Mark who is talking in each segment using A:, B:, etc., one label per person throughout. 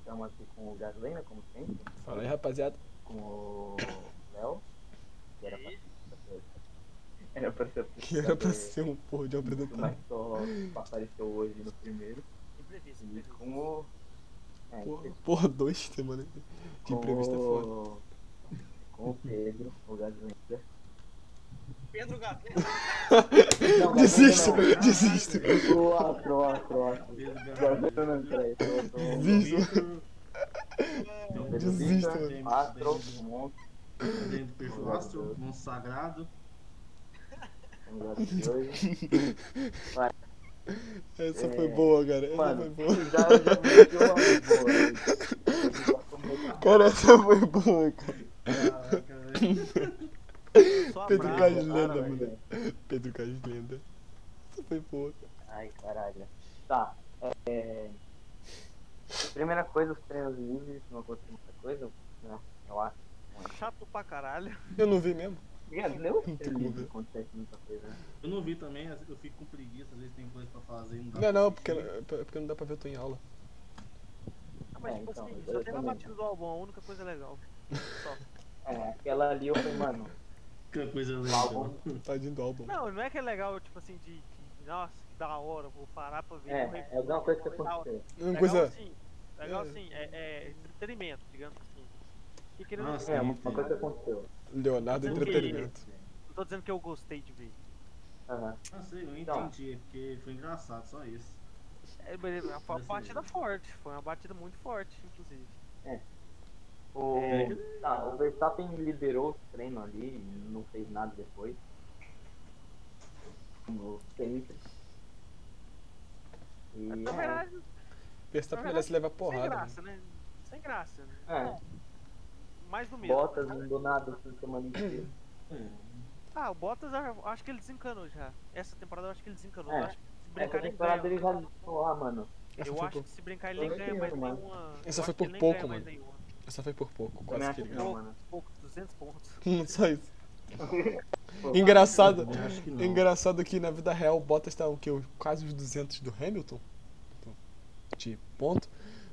A: estamos aqui com o Gaslena, como sempre,
B: Fala aí, rapaziada.
A: com o Léo, que era pra ser. Era pra ser.
B: Que era pra ser um porra de apresentador.
A: Mas só apareceu hoje no primeiro.
C: Imprevisto,
A: E
C: imprevisto.
A: com o. É,
B: Porra, porra, dois semanas de imprevisto é foda.
A: com... com o Pedro, o Gaslena.
C: Pedro Gato. Pedro
A: Não,
B: Desisto,
A: Gaslena não. tá?
B: desisto.
A: O Astro, o Astro, o Astro.
D: um
A: Gaslena não, peraí. eu tô-
B: Desisto.
A: Pedro
B: Desisto.
A: Vitor, Astro, o monstro,
D: Dentro do perfil astro, monstro sagrado.
A: convidado de hoje.
B: Essa foi boa, cara. Essa foi
A: Mano,
B: boa.
A: já, é um já meteu uma boa. aí. Eu já tô meio-
B: Cara, essa foi boa, cara.
D: Caraca, velho.
C: Só
B: Pedro
C: abraço,
B: Gás
C: cara,
B: lenda,
C: velho.
B: mano. Pedro Gás lenda. Essa foi boa.
A: Ai, caralho. Tá. é, Primeira coisa, os treinos livres, não aconteceu muita coisa, né? Eu acho.
C: Chato pra caralho.
B: Eu não vi mesmo.
A: Obrigado, leu?
B: Não tem como ver.
A: Acontece muita coisa. né?
D: Eu não vi também, eu fico com preguiça, às vezes tem coisa pra fazer. Não, dá
B: Não,
D: pra
B: não, porque,
D: assistir.
B: porque não dá pra ver, eu tô em aula.
C: Ah, mas
A: É,
C: tipo
A: então,
C: assim,
A: eu
C: só teve a
A: também.
C: batida do álbum, a única coisa legal.
A: É, aquela ali eu falei, mano,
D: Que coisa né?
A: Álbum.
D: legal.
B: Tadinho do álbum.
C: Não, não é que é legal, tipo assim, de. de, nossa, que da hora, vou parar pra ver.
A: é,
C: vou rever,
A: é alguma coisa que
C: foi da hora.
A: aconteceu.
B: Uma
C: legal
B: coisa.
C: sim, legal
B: É.
C: sim, é, é entretenimento, digamos assim. E querendo
D: Nossa,
C: dizer,
A: É, uma uma coisa que aconteceu.
B: Leonardo
C: Não, que-
B: Entretenimento.
C: não tô dizendo que eu gostei de ver.
A: Aham.
D: Não sei, eu
A: Então.
D: entendi, é porque foi engraçado, só isso.
C: É, beleza, foi uma
D: Desse
C: batida
D: jeito.
C: forte, foi uma batida muito forte, inclusive.
B: É.
A: O... Tá, o Verstappen liderou o treino ali, não fez nada depois. Como sempre. E,
C: Na
A: é,
C: verdade,
B: Verstappen merece levar porrada.
C: sem
B: mano.
C: graça, né? Sem graça. né?
A: É.
C: Não, Mais do mesmo.
A: Bottas não do nada o fim de semana inteiro.
C: Ah, o Bottas eu acho que ele desencanou já. Essa temporada eu acho que ele desencanou.
A: É.
C: Eu acho que se
A: Essa
C: brincar ele
A: temporada
C: ganha.
A: ele já porra, mano.
B: Essa
C: Eu
B: foi
C: acho
B: por-
C: que se brincar ele nem
A: Foi
C: ganha mais
A: mesmo, mano.
C: nenhuma. eu
B: Essa
C: acho
B: foi
C: que
B: por
C: ele nem
B: pouco,
C: ganha mais
B: mano.
C: nenhuma.
B: Essa foi por pouco,
A: Também
B: quase que
A: acho
B: ele
A: que
B: ganhou.
A: não, mano.
C: Pouco, 200 pontos.
B: Hum, Só isso.
A: Pô,
B: Engraçado.
D: Eu acho que não.
B: Engraçado que na vida real o Bottas tá o quê? Os- Quase os 200 do Hamilton? De ponto.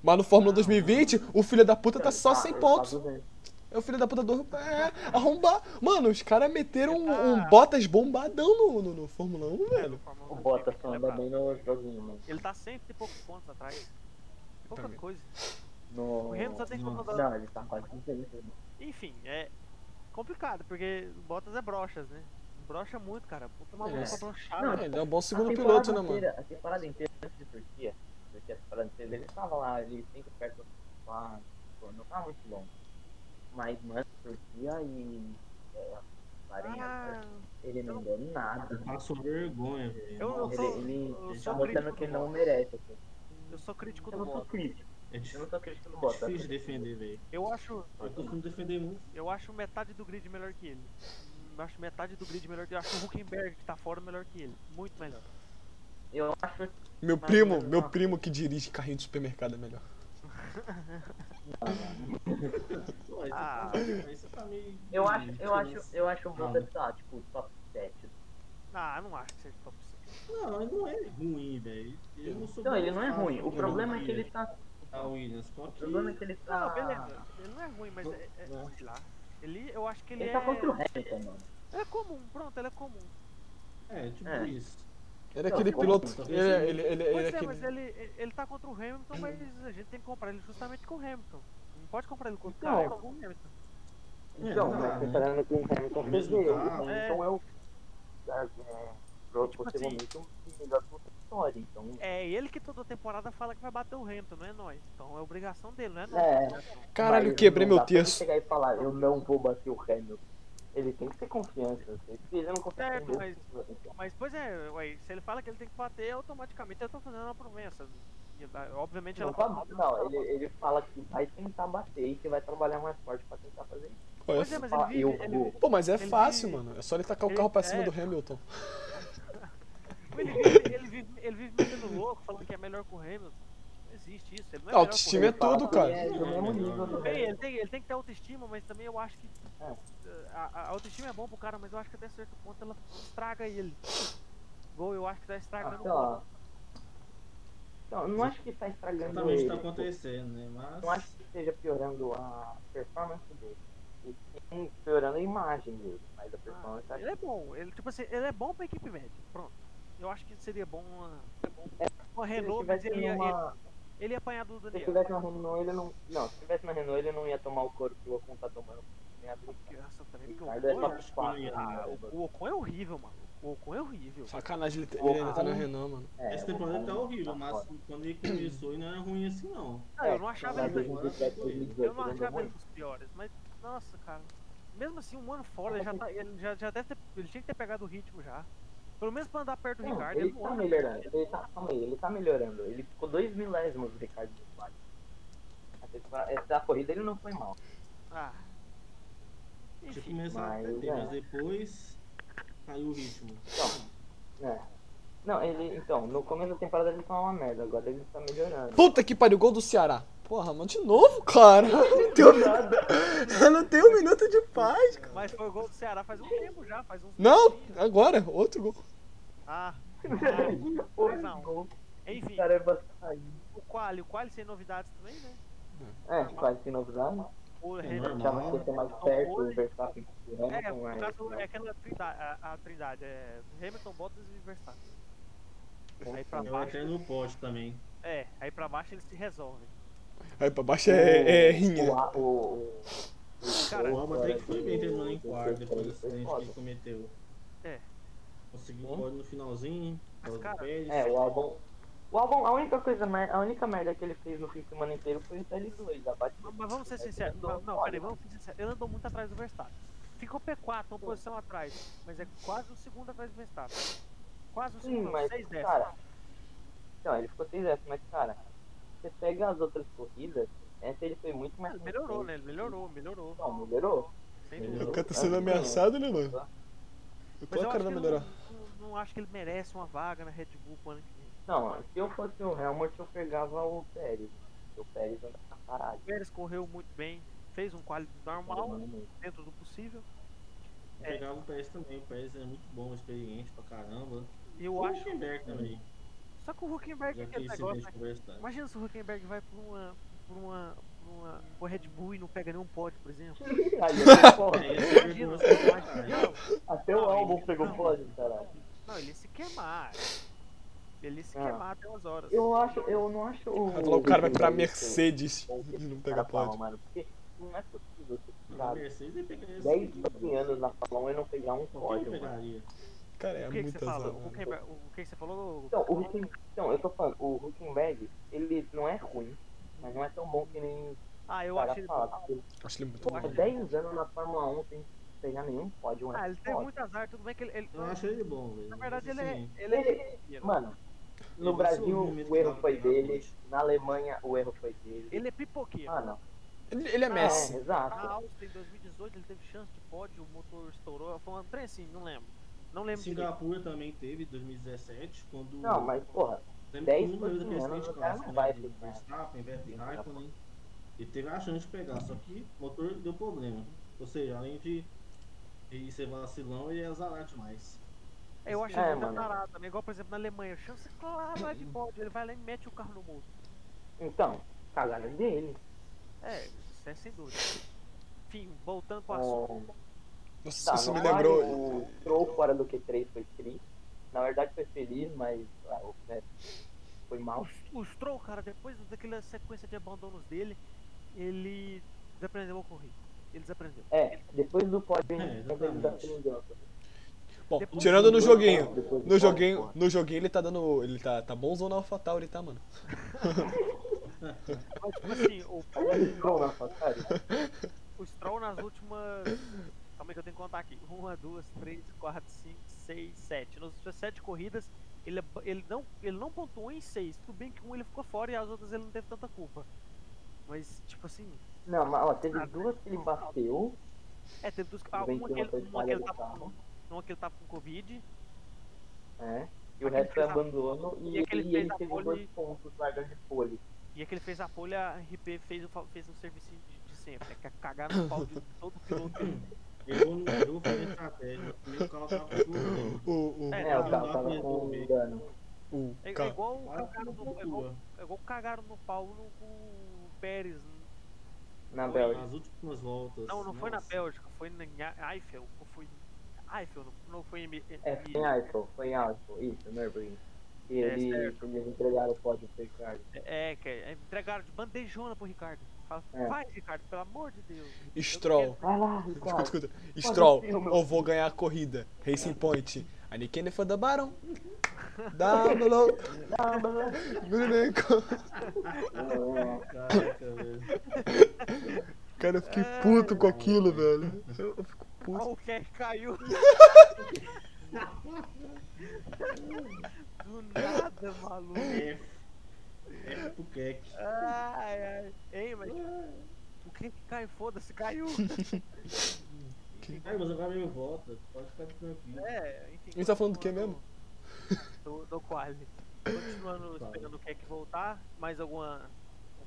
B: Mas no Fórmula 2020, o filho da puta tá só 100
A: ele
B: pontos.
A: tá doente.
B: É o filho da puta do. É, arrombar. Mano, os caras meteram um,
C: Ah.
B: um Bottas bombadão no, no, no Fórmula 1, velho.
C: Fórmula
A: O
C: 1
A: Bottas
C: tem que
A: só anda
C: lembrar.
A: bem no joguinho, mano.
C: Ele tá sempre poucos pontos atrás. Pouca
B: Também.
C: coisa.
A: No...
C: O Hamilton só tem que
D: Não.
C: mandar.
A: Não, ele tá quase 200. mano.
C: Enfim, é complicado, porque o Bottas é brochas, né? Brocha muito, cara. Puta maluco,
B: É.
C: é. brochado.
A: Não,
B: É, ele é um
C: Assim,
B: bom segundo
A: A temporada
B: piloto, né, mano?
A: inteira- A temporada inteira antes de Turquia, porque a temporada inteira ele tava lá, ele sempre perto do lá, pô, não tava muito longe. Mas, mano, Turquia e. É, Bahrein,
C: Ah,
A: ele não deu nada.
D: Passou vergonha, velho.
C: Eu não
D: Nossa,
A: Ele,
C: sou-
A: ele
C: eu
A: tá
C: sou
A: mostrando
C: crítico
A: que
C: do
A: ele não
C: Bottas.
A: merece. assim.
C: Eu sou crítico
A: Eu
C: do
A: não sou
C: Bottas.
A: crítico.
D: É
A: Eu
D: difícil
A: não sou crítico do Bottas.
D: difícil de defender, velho.
C: Eu acho,
D: Eu costumo defender muito.
C: eu acho metade do grid melhor que ele. Eu acho metade do grid melhor que ele. Eu acho o Huckenberg que tá fora melhor que ele. Muito melhor.
A: Eu acho
B: Meu
A: Mas
B: primo,
A: não.
B: meu primo que dirige carrinho de supermercado é melhor.
D: Pô, aí você
C: Ah.
D: tá- aí você tá meio.
A: Eu acho, eu acho, eu acho bom
D: Não.
A: deve estar, tipo, top 7.
C: Ah, eu não acho que seja top 6.
D: Não, ele não é ruim, velho. Ele não sou
A: Não,
D: bom
A: ele não é
C: tá
D: fácil,
A: ruim. O
D: né,
A: problema é
D: do
A: que ele tá.
D: A Williams, só
A: O
D: que.
A: problema é que ele tá.
C: Não, beleza. Ele não é ruim, mas é, é-
D: Não.
C: sei lá. Ele, eu acho que ele,
A: Ele
C: é.
A: tá contra o Hamilton, mano.
C: Ele é comum, pronto, ele é comum.
D: É, tipo
A: É.
D: isso.
B: Ele é aquele piloto. Ele, é- ele, ele, ele é
C: Pois é, mas
B: aquele.
C: ele, ele ele tá contra o Hamilton, mas a gente tem que comprar ele justamente com o Hamilton. Não pode comprar ele com o
A: Então.
C: cara, é com o Hamilton.
D: É,
A: Então,
D: não,
A: mas
D: né?
A: comparando com o Hamilton,
D: Ao
A: fez
D: mesmo
A: ele.
D: carro.
A: né? Então é o. é, pro-
C: Tipo assim,
A: Possivelmente um dos melhores construtores, então.
C: É ele que toda temporada fala que vai bater o Hamilton, não é nós. Então é obrigação dele, não é nós.
A: É.
B: Caralho,
A: mas
B: quebrei
A: não
B: meu
A: dá pra ele
B: terço.
A: chegar e falar, eu não vou bater o Hamilton. Ele tem que ter confiança. Se ele não confia
C: Certo,
A: em
C: É, mas-
A: Deus,
C: Mas, pois é, ué, se ele fala que ele tem que bater, automaticamente eu tô fazendo uma promessa. E, ah, Obviamente
A: Não,
C: ela
A: tá bom, não, ele, ele fala que vai tentar bater e que vai trabalhar mais forte pra tentar fazer isso.
B: Pô, é
C: Pois é,
B: f-
C: mas
A: fala,
C: ele
A: eu
C: vive, ele,
A: vou.
B: Pô, mas é
C: ele-
B: fácil, mano. É só ele tacar o
C: ele-
B: carro pra cima
C: é.
B: do Hamilton.
C: ele vive, ele vive, ele vive metendo louco, falando que é melhor que o Hamilton. Não existe isso, ele não
B: Ah,
C: é melhor que o
B: autoestima é
C: Hamilton.
A: Fala
B: tudo,
A: que
B: cara.
A: É do mesmo nível do
C: Tudo bem,
A: Hamilton.
C: ele tá tem, ele tem que ter autoestima, mas também eu acho que.
A: É.
C: A, a autoestima é bom pro cara, mas eu acho que até certo ponto ela estraga ele. Gol, eu acho que tá
A: Ah,
C: estragando
A: sei
C: o gol.
A: lá. Então, não acho que tá estragando
D: Exatamente
A: ele.
D: está acontecendo, né? Mas.
A: Não acho que esteja piorando a performance dele. E sim piorando a imagem dele. Mas a performance tá
C: Ah,
A: acho
C: ele é bom, ele, tipo assim, ele é bom pra equipe média. Pronto. Eu acho que seria bom uma, é bom uma
A: que se
C: Renault, mas
A: tivesse
C: ele ia, ele,
A: numa-
C: ele ia apanhar do
A: Se
C: Daniel.
A: tivesse na Renault, ele não. Não, se tivesse na Renault, ele não ia tomar o couro que o Ocon tá tomando. Nem a briga.
C: Graça também, porque o
A: Ricardo é
C: Ocon,
A: top
D: acho que
A: 4.
D: não ia,
C: ah,
A: né?
C: o Ocon é horrível, mano. O Ocon é horrível.
B: Sacanagem, ele,
A: Porra.
B: ele ainda tá na Renan, mano.
A: É,
D: Essa
A: o
D: temporada
A: Ocon
D: tá horrível,
A: tá
D: mas
A: fora.
D: quando ele começou ele não era ruim assim não.
C: Ah, eu não achava
A: lá
C: ele
A: em
C: tão-
A: 2017, 2018,
C: Eu não
A: tá ele é andou
C: achava ele
A: muito.
C: dos piores, mas nossa, cara. Mesmo assim, um ano fora, ele já, tá, ele já, já deve ter, ele tinha que ter pegado o ritmo já. Pelo menos pra andar perto do
A: Não,
C: Ricardo, é
A: ele
C: ele
A: tá
C: não
A: melhorando. Ele tá, calma aí, ele tá melhorando. Ele ficou dois milésimos do Ricardo do Vale. A temporada- Essa corrida ele não foi mal.
C: Ah.
D: Tinha
C: Enfim,
D: começado a
A: mas,
D: perder,
A: é.
D: mas depois caiu o ritmo.
A: Então, é. Não, ele. Então, no começo da temporada ele tá uma merda, agora ele tá melhorando.
B: Puta que pariu, gol do Ceará. Porra, mano, de novo, cara. Eu não tenho, eu não tenho um minuto de paz. cara.
C: mas foi o gol do Ceará faz um tempo já, faz uns
B: Não, agora, outro gol.
C: Ah,
A: Pô,
C: não.
A: gol,
C: enfim,
A: cara, é bastante.
C: o Quali, o Quali sem novidades também, né?
A: É, quase que novidade.
C: O
D: É
C: Renan-
D: normal.
A: Achava que ia ser mais perto, o Verstappen que o
C: É,
A: Hamilton, né?
C: no
A: mas-
C: caso, é aquela trindade, a, a trindade, é Hamilton, Bottas e Verstappen. Aí pra
A: Tá
D: Eu
C: baixo,
D: até no pote também.
C: é, aí pra baixo eles se resolvem.
B: Aí pra baixo é, é
A: O,
B: rinha.
A: o, o,
C: Cara,
D: O Alba até que foi bem terminando em quarto depois do acidente que ele cometeu.
C: É.
D: Conseguiu
A: Hum?
D: o pódio no finalzinho,
C: Mas,
D: por causa do
C: cara,
D: Pérez.
A: É, o álbum. O álbum, a única coisa, mer- a única merda que ele fez no fim de semana inteiro foi o TL2, a batida.
C: Mas mas vamos ser sinceros,
A: Ele andou
C: não, não,
A: fora.
C: peraí, vamos ser sinceros, ele andou muito atrás do Verstappen. Ficou P4, uma posição atrás, mas é quase o segundo atrás do Verstappen. Quase o
A: Sim,
C: segundo,
A: mas,
C: 6 décimos.
A: cara. Então, ele ficou 6 mas, cara, você pega as outras corridas, essa ele foi muito mais.
C: Ele melhorou,
A: consistente.
C: né? Ele melhorou, melhor,
A: Não, melhorou.
C: sem
D: Melhorou.
C: dúvida.
B: O cara tá sendo ameaçado, né, mano?
C: Mas
B: Qual
C: eu
B: a
C: acho
B: cara
C: que
B: vai
C: ele
B: melhorar?
C: não, não, não acho que ele merece uma vaga na Red Bull pro ano que vem.
A: Não, se eu fosse o Helmut, eu pegava o Pérez. O Pérez anda pra caralho.
C: O Pérez correu muito bem, fez um quali normal, dentro do possível.
A: é.
D: Eu Pegava o Pérez também, o Pérez é muito bom, experiente pra caramba.
C: E eu
D: O
C: acho.
D: Hülkenberg também,
C: Só que o Huckenberg é
D: já que
C: aquele
D: ele se
C: negócio.
D: deixa
C: né?
D: conversar.
C: Imagina se o Huckenberg vai pra uma. pra uma. pra uma. pra Red Bull e não pega nenhum pódio, por exemplo.
A: Aí, eu- porra,
D: É, esse é o
C: Imagina,
D: negócio que eu acho,
C: imagina.
D: né?
A: até o
C: Não,
A: álbum
C: ele-
A: pegou
C: não.
A: pódio, caralho.
C: Não, ele ia se queimar. Ele ia se
A: Ah.
C: queimar até umas horas.
A: Eu acho, eu não acho.
B: Vai falar, O cara vai pra Mercedes e não
A: Cara,
B: pega pódio.
A: fala, mano, porque não é possível você
D: Mas a
A: ficar
D: Mercedes ele
C: é
D: pegaria
A: 10,
D: esse
A: 12 anos na Fórmula 1 e não pegar um
D: Qualquer um
A: pódio,
C: né?
A: mano.
D: pegaria.
B: Cara, é
C: o que, que você
B: muito
C: fala?
B: azar.
C: O
D: né?
B: mano.
C: Huckenberg- o que que você falou?
A: Então, o Hucken, então, eu tô falando, o Huckenberg, ele não é ruim, mas não é tão bom que nem o
C: Ah, eu
A: cara
C: acho ele.
A: fala. Porque ele
B: Acho ele muito
C: Eu
B: bom.
A: ficou
C: acho-
A: 10 anos na Fórmula 1 sem pegar nenhum pódio,
C: Ah,
A: é
C: ele teve
A: foda.
C: muito azar, tudo bem que ele. ele-
D: Eu acho ele bom, velho.
C: na verdade,
D: mas,
C: ele é.
D: assim,
C: Ele é. pipoqueiro.
A: Mano, no
D: Ele
A: Brasil
D: assumiu o momento
A: o erro
D: que
A: foi
D: tava pegando
A: dele,
D: pódio.
A: na Alemanha o erro foi dele.
C: Ele é Ah, pipoqueiro.
A: Mano,
B: Ele, ele é
A: é,
B: Messi.
C: Na
A: exato.
C: Áustria, em 2018, ele teve chance de pódio, o motor estourou. Foi um trem assim, não lembro. Não lembro direito.
D: Singapura também teve em 2017, quando.
A: Não, mas porra,
D: Lembra
A: 10
D: que o número
A: anos,
D: daquele acidente
A: o cara
D: clássico,
A: não
D: né?
A: vai
D: de
A: ficar.
D: Verstappen, Verstappen, Raikkonen. Ele teve a chance de pegar, só que o motor deu problema. Ou seja, além de, de ser vacilão, ele é azarado demais.
C: Eu acho
A: É,
C: ele muito
A: mano.
C: azarado também. né? Igual, por exemplo, na Alemanha. Chance clara de pódio. Ele "Ah, vai lá e mete o carro no muro.
A: então, cagada dele.
C: É, isso é sem dúvida. Enfim, voltando pro assunto.
A: É,
B: Nossa,
A: Tá,
B: isso me
A: não acho
B: lembrou.
A: O Troll fora do Q3 foi triste. Na verdade foi feliz, mas ah, o- né, foi mal.
C: O, o Stroll, cara, depois daquela sequência de abandonos dele, ele desaprendeu a correr. Ele desaprendeu.
A: É, depois do pódio
D: É,
A: ele desaprendeu.
B: Bom,
C: Depois-
B: tirando no
D: Depois-
B: joguinho.
A: Depois do
B: No
A: pódio,
B: joguinho,
A: porra.
B: no joguinho ele tá dando. Ele tá, tá bonzão na AlphaTauri, tá, mano?
C: Mas, tipo assim, o,
A: Ele entrou na passagem.
C: o Stroll nas últimas. Calma aí que eu tenho que contar aqui. Uma, duas, três, quatro, cinco, seis, sete. Nas últimas sete corridas, ele, ab- ele, não, ele não pontuou em seis. Tudo bem que um ele ficou fora e as outras ele não teve tanta culpa. Mas, tipo assim.
A: Não, mas ó, teve duas que ele bateu.
C: É, teve duas. Ah,
A: O
C: uma que
A: Ventura
C: ele,
A: foi
C: uma que
A: falha
C: ele tá
A: do
C: tava com.
A: carro.
C: Uma que ele tava com Covid.
A: É, e o
C: Aquele
A: resto foi
C: fez a-
A: abandono. E,
C: e aquele
A: e
C: fez
A: ele
C: a
A: teve
C: pole-
A: dois pontos largando de pole.
C: E aquele fez a folha, a RP fez, o fa- fez um serviço de, de sempre. É que é cagar no pau de todo piloto.
D: Errou no errou foi na estratégia. O primeiro carro tava com problema.
B: O, o,
C: É,
A: É, o
C: não,
A: carro
D: não
A: tava
D: ia
A: com
D: dormir.
A: dano.
B: o,
C: É, é
B: Ca-
C: igual o
D: Quase
C: cagaram no,
D: não
C: é igual,
D: pontua.
C: é igual cagaram no pau no, com o Pérez.
A: Na
C: Oi,
A: Bélgica.
D: Nas últimas voltas.
C: Não, não foi na
D: nossa.
C: Bélgica, foi na Eiffel. Ou foi. Eiffel, não, não foi em. em-
A: É, foi em Eiffel, foi em Eiffel, isso, Nürburgring. E
C: É,
A: ele,
C: certo.
A: eles entregaram o pódio pro Ricardo.
C: É, que é, entregaram de bandejona pro Ricardo. Fala,
A: É.
C: vai, Ricardo, pelo amor de Deus.
B: Stroll.
A: Vai lá,
B: Escuta,
A: Ricardo.
B: escuta.
C: um
B: Stroll,
A: ser, meu.
B: eu vou ganhar a corrida. Racing
C: É.
B: Point. Anikene foi da Baron. Dámelo. Gruneco.
A: É,
D: Caraca, velho.
B: Cara, eu fiquei
C: É.
B: puto com aquilo, velho. Eu eu fico puto.
C: Olha o Kerr caiu. Do nada, maluco.
D: F. F É, pro Keck.
C: Ai, ai. Ei, mas o que que caiu? Foda-se, caiu.
D: Ai, Ah, mas agora meu volta. Pode ficar tranquilo.
C: É, enfim.
B: A gente tá falando do quê
C: continuando Do, do quali. Continuando
B: Tá.
D: Quali.
C: esperando o Keck voltar, mais alguma.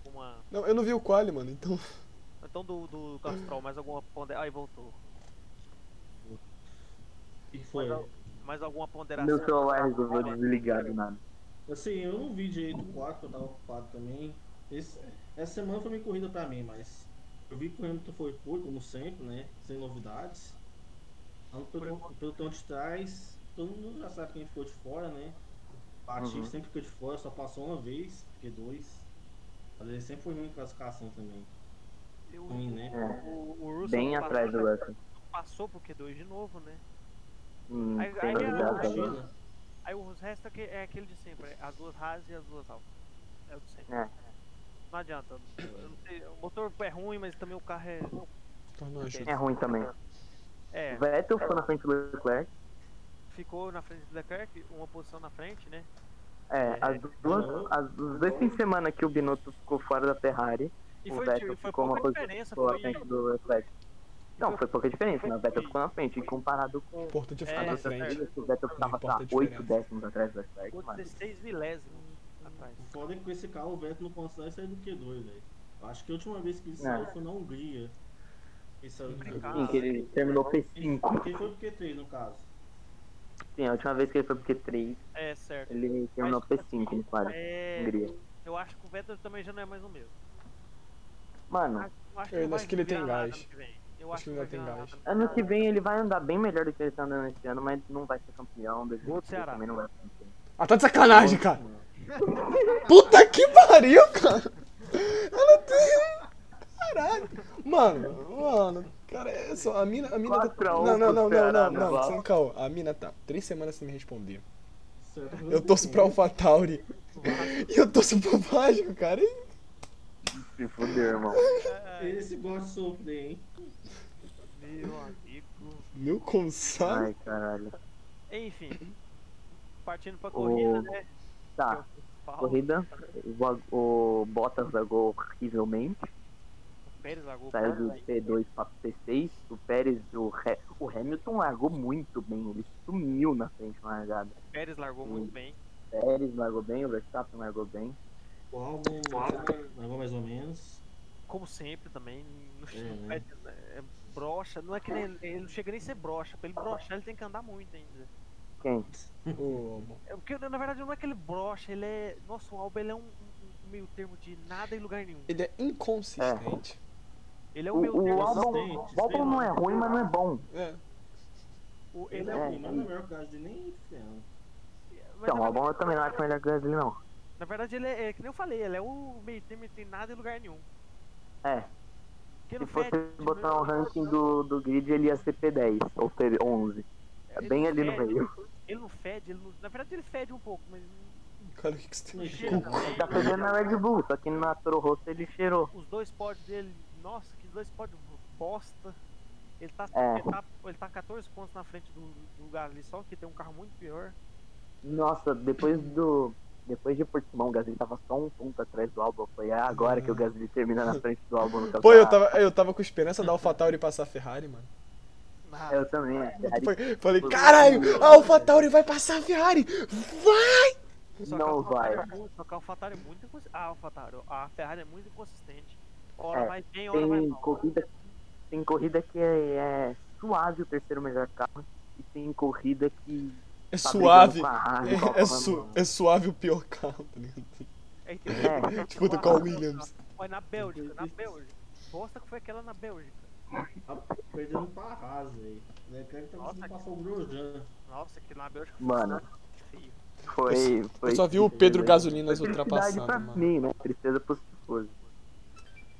C: alguma.
B: Não, eu não vi o quali, mano, então.
C: Então do, do Castrol, mais alguma ponde... Aí voltou.
D: O que foi?
C: Mas Mais alguma ponderação?
A: Meu celular resolveu desligar do nada.
D: Assim, eu não vi direito o 4, eu tava ocupado também. Esse- essa semana foi meio corrida pra mim, mas eu vi que o Hamilton foi por, como sempre, né? Sem novidades. Lá no pelotão- um pelotão de trás, todo mundo já sabe quem ficou de fora, né? Batista
A: Uhum.
D: sempre ficou de fora, só passou uma vez, Q2. Mas ele sempre foi ruim em classificação também.
C: Eu-
D: Ruim, né?
A: É,
C: O, o Russell
A: bem
C: não passou-
A: atrás do Russell.
C: Passou pro Q2 de novo, né?
A: Hum,
C: Aí-
A: sem
C: aí-
A: dúvida, né?
D: Imagina.
C: Aí o resto é, que- é aquele de sempre, as duas Haas e as duas Alfa. É o de sempre.
A: É.
C: Não adianta. eu não sei, o motor é ruim, mas também o carro é.
B: Então não ajuda.
A: É ruim também.
C: É,
A: Vettel foi na frente do Leclerc.
C: ficou na frente do Leclerc, uma posição na frente, né?
A: É,
C: É,
A: as duas, as, os dois fins de semana que o Binotto ficou fora da Ferrari,
C: E
A: o
C: foi,
A: Vettel
C: tiro, foi
A: ficou uma né?
C: pouca
A: posição
C: diferença.
A: ficou
C: Foi, tipo,
A: à frente do Leclerc. Não, foi pouca diferença, né? O Vettel
C: Foi-
A: ficou na frente. E comparado com
B: O importante é ficar
C: É,
B: na
A: Nossa,
B: frente.
A: filha, se o Vettel ficava
B: importa
A: tá
B: a
A: 8
B: diferença.
A: décimos atrás do Leclerc,
C: ficou
A: mano.
C: 16 milésimos atrás.
D: O foda é que com esse carro o Vettel não consegue sair do Q2, velho. Eu acho que a última vez que ele saiu
A: É.
D: foi na Hungria. Ele saiu do
C: Complicado.
D: Q2.
A: Sim, que ele terminou
D: Ele
A: P5.
D: ele foi pro Q3 no caso.
A: Sim, a última vez que ele foi pro Q3,
C: É, certo.
A: ele terminou
C: Mas-
A: P5 no quadro.
C: É,
A: Hungria.
C: eu acho que o Vettel também já não é mais o mesmo.
A: Mano,
C: Eu acho
B: Eu
C: não
B: acho
C: vai
B: que ele tem
C: virar nada
B: gás.
C: ano que vem. Eu
B: Acho
C: acho
B: que
C: que
B: ele
C: vai
B: ainda tem
C: virar
B: gás.
C: nada ano
A: ano que vem ele vai andar bem melhor do que ele tá andando esse ano, mas não vai ser campeão. 2023
C: Ceará.
A: também não vai ser campeão.
B: Ah, tá de sacanagem, cara. Puta que pariu, cara. Ela tem. um Caralho. Mano, mano. Cara, é só. A mina. A mina tá...
A: 4 a 1
B: Não, não, não,
A: pro
B: não,
A: Ceará,
B: não,
A: né,
B: não.
A: Val?
B: Sem caô. A mina tá três semanas sem me responder.
D: Certo.
B: Eu torço pra AlphaTauri. E eu torço pro Vasco, cara. E-
A: Se fudeu, irmão.
D: Esse gosta de sofrer, hein?
C: que vem. É, Meu amigo.
B: Meu consagro.
A: Ai, caralho.
C: Enfim. Partindo pra
A: O-
C: corrida, né? que é
A: Tá,
C: o principal.
A: corrida. O, Ag- o Bottas largou horrivelmente.
C: O Pérez largou o
A: Saiu
C: carro,
A: do
C: velho.
A: P2 pra P6. O Pérez, o, Re- o Hamilton largou muito bem. Ele sumiu na frente na largada.
C: O Pérez largou muito bem.
A: Pérez largou bem, o Verstappen largou bem.
D: O álbum largou mais ou menos.
C: Como sempre também.
A: Uhum.
C: No
D: É, né?
C: Pérez é, é brocha. Não é que nem, ele não chega nem a ser brocha. Pra ele brochar, ele tem que andar muito ainda.
A: Quem?
B: Ô,
C: É porque, na verdade, não é que ele brocha. Ele é. Nossa, o Alba ele é um, um- um meio termo de nada em lugar nenhum.
B: Ele é inconsistente.
C: Ele é
A: O,
C: um meio termo.
A: o álbum,
D: sei,
A: o
D: sei
A: álbum não
D: lá.
A: é ruim, mas não é bom.
B: É.
C: o-
D: Ele
C: ele
D: é
C: é,
A: É,
D: ruim, mas não é melhor que o caso de nem ferro.
C: mas
A: Então, o
C: na,
A: álbum eu também não acho melhor que o dele, não.
C: na verdade, ele é, é que nem eu falei. Ele é o meio termo entre nada em lugar nenhum.
A: É,
C: Porque
A: se
C: não né?
A: fosse
C: fede,
A: botar um ranking do, do grid, ele ia ser P10 ou P11. É
C: ele
A: bem
C: não
A: ali no
C: fede,
A: meio.
C: Ele não fede. Ele não- na verdade, ele fede um pouco, mas.
B: Cara, o que, que você tem?
D: Não
C: Cheira
D: chega
C: também.
A: Tá pegando na Red Bull, só que na Toro Rosso ele cheirou.
C: os dois pods dele, nossa, que dois pods bosta. Ele tá,
A: É.
C: ele tá, ele tá 14 pontos na frente do, do Gasly, só que tem um carro muito pior.
A: Nossa, depois do. Depois de Portimão, o Gasly tava só um ponto atrás do álbum. Foi agora que o Gasly termina na frente do álbum no
B: Pô, eu
A: campeonato.
B: tava, eu tava com esperança da AlphaTauri passar a Ferrari, mano.
C: Ah,
A: Eu também. é, a Ferrari-
B: Foi- falei, caralho, a AlphaTauri vai passar a Ferrari. Vai!
C: só que a
A: não
C: AlphaTauri
A: vai.
C: é muito- Só que a AlphaTauri é muito inconsistente. A AlphaTauri, a Ferrari é muito inconsistente. Hora
A: É,
C: mais bem, hora mais
A: Tem
C: mal.
A: corrida, tem corrida que é, é suave o terceiro melhor carro. E tem corrida que
B: É
A: Tá
B: suave.
A: brigando com a Harley, com
B: É,
A: a
B: é su-
A: Pamela.
B: é suave o pior carro, tá ligado?
C: É, entendeu?
B: Tipo do Carl Williams.
C: Mas na Bélgica, na Bélgica. Bosta que foi aquela na Bélgica.
D: Tá perdendo pra Haas, velho. O Leclerc tá
C: Nossa,
D: conseguindo passar o Grosjean.
C: Nossa, que na Bélgica foi
A: Mano.
C: feio.
A: Foi. foi
B: Eu só vi o Pedro Gasolinas
A: Foi felicidade
B: ultrapassando,
A: pra
B: mano.
A: mim, né? Tristeza pros tifosi.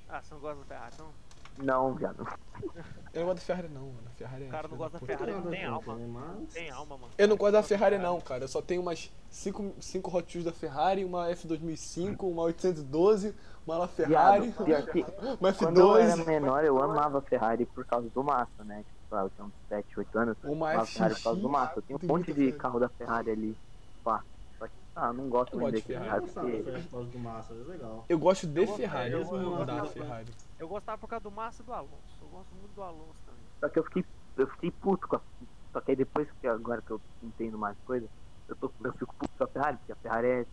C: Ah, você não gosta da Ferrari, então?
A: Não, viado.
B: Eu não gosto da Ferrari, não, mano. A Ferrari é
C: O cara não
B: filha
C: gosta da
B: puta.
C: Ferrari,
D: Nada
C: tem
D: contra,
C: alma.
D: né, Mas...
C: Tem alma, mano.
B: Eu não gosto da Ferrari, não, cara. Eu só tenho umas 5 cinco Hot Wheels da Ferrari, uma F2005, uma 812, uma LaFerrari,
A: Viado, pior que-
B: uma
A: Quando eu era
B: F2,
A: menor, eu amava a Ferrari por causa do Massa, né? Tipo, sei lá, eu tinha uns 7, 8 anos. eu
B: uma
A: amava a Ferrari por causa do
B: FX.
A: Massa. Eu tenho um
B: Tem
A: monte
B: muita
A: de
B: Ferrari.
A: carro da Ferrari ali. Pá. Só que, ah, não gosto
B: Eu
A: muito
B: gosto de
A: desse
D: Eu
A: Ferrari.
D: gostava da
A: Porque...
D: Ferrari por causa do Massa, é legal.
B: Eu gosto de
C: Eu gosto-
B: Ferrari,
D: eu
B: eu
D: gosto-
B: não
D: eu
B: da
D: gosto-
B: Ferrari.
C: Eu gostava por causa do Massa e do Alonso. Eu gosto muito do Alonso também.
A: Só que eu fiquei, eu fiquei puto com a. Só que aí depois que agora que eu entendo mais coisas, eu, tô, eu fico puto com a Ferrari, porque a Ferrari é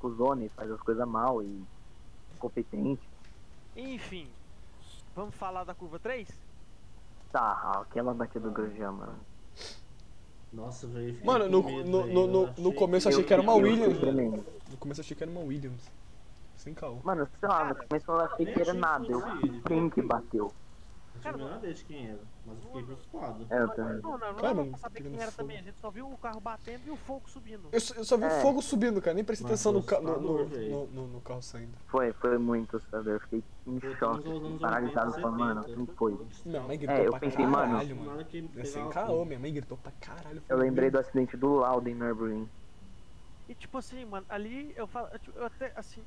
A: cuzona e faz as coisas mal e competente.
C: Enfim, vamos falar da curva 3?
A: Tá, aquela batida do Grosjean, mano.
D: Nossa, velho. fiquei
B: Mano,
D: com
B: no-
D: medo,
B: no-
D: velho.
B: no-
D: Eu
B: no- no começo eu achei que era uma
A: eu-
B: Williams. né?
A: tremendo.
B: No começo eu achei que era uma Williams. Sem caô.
A: Mano, sei lá, no começo eu achei que era nada. Eu quem que bateu.
D: Não tinha
C: Cara,
D: a menor ideia de quem era, mas eu fiquei preocupado.
A: É, eu
C: Mas
A: também.
C: Não, não, não
B: Cara,
C: dava
B: não
C: pra saber
B: pegando
C: quem era
B: fogo.
C: também. A gente só viu o carro batendo e o fogo subindo.
B: Eu só, eu só vi
A: É.
B: fogo subindo, cara. Nem prestei
D: Mas
B: atenção no, ca- no,
D: assustador,
B: no,
D: velho.
B: no, no- no carro saindo.
A: Foi, foi muito, sabe? Eu fiquei em choque,
C: um
A: assim, paralisado, falando, mano, quem foi?
B: Minha mãe gritou
A: É, eu
B: pra
A: pensei, mano.
B: caralho, mano. é Eu sem Assim, caô, minha mãe gritou pra caralho.
A: Eu
B: falei,
A: lembrei do
B: "Meu
A: acidente do Lauda em Nürburgring.
C: E tipo assim, mano, ali eu falo, eu, tipo, eu até assim,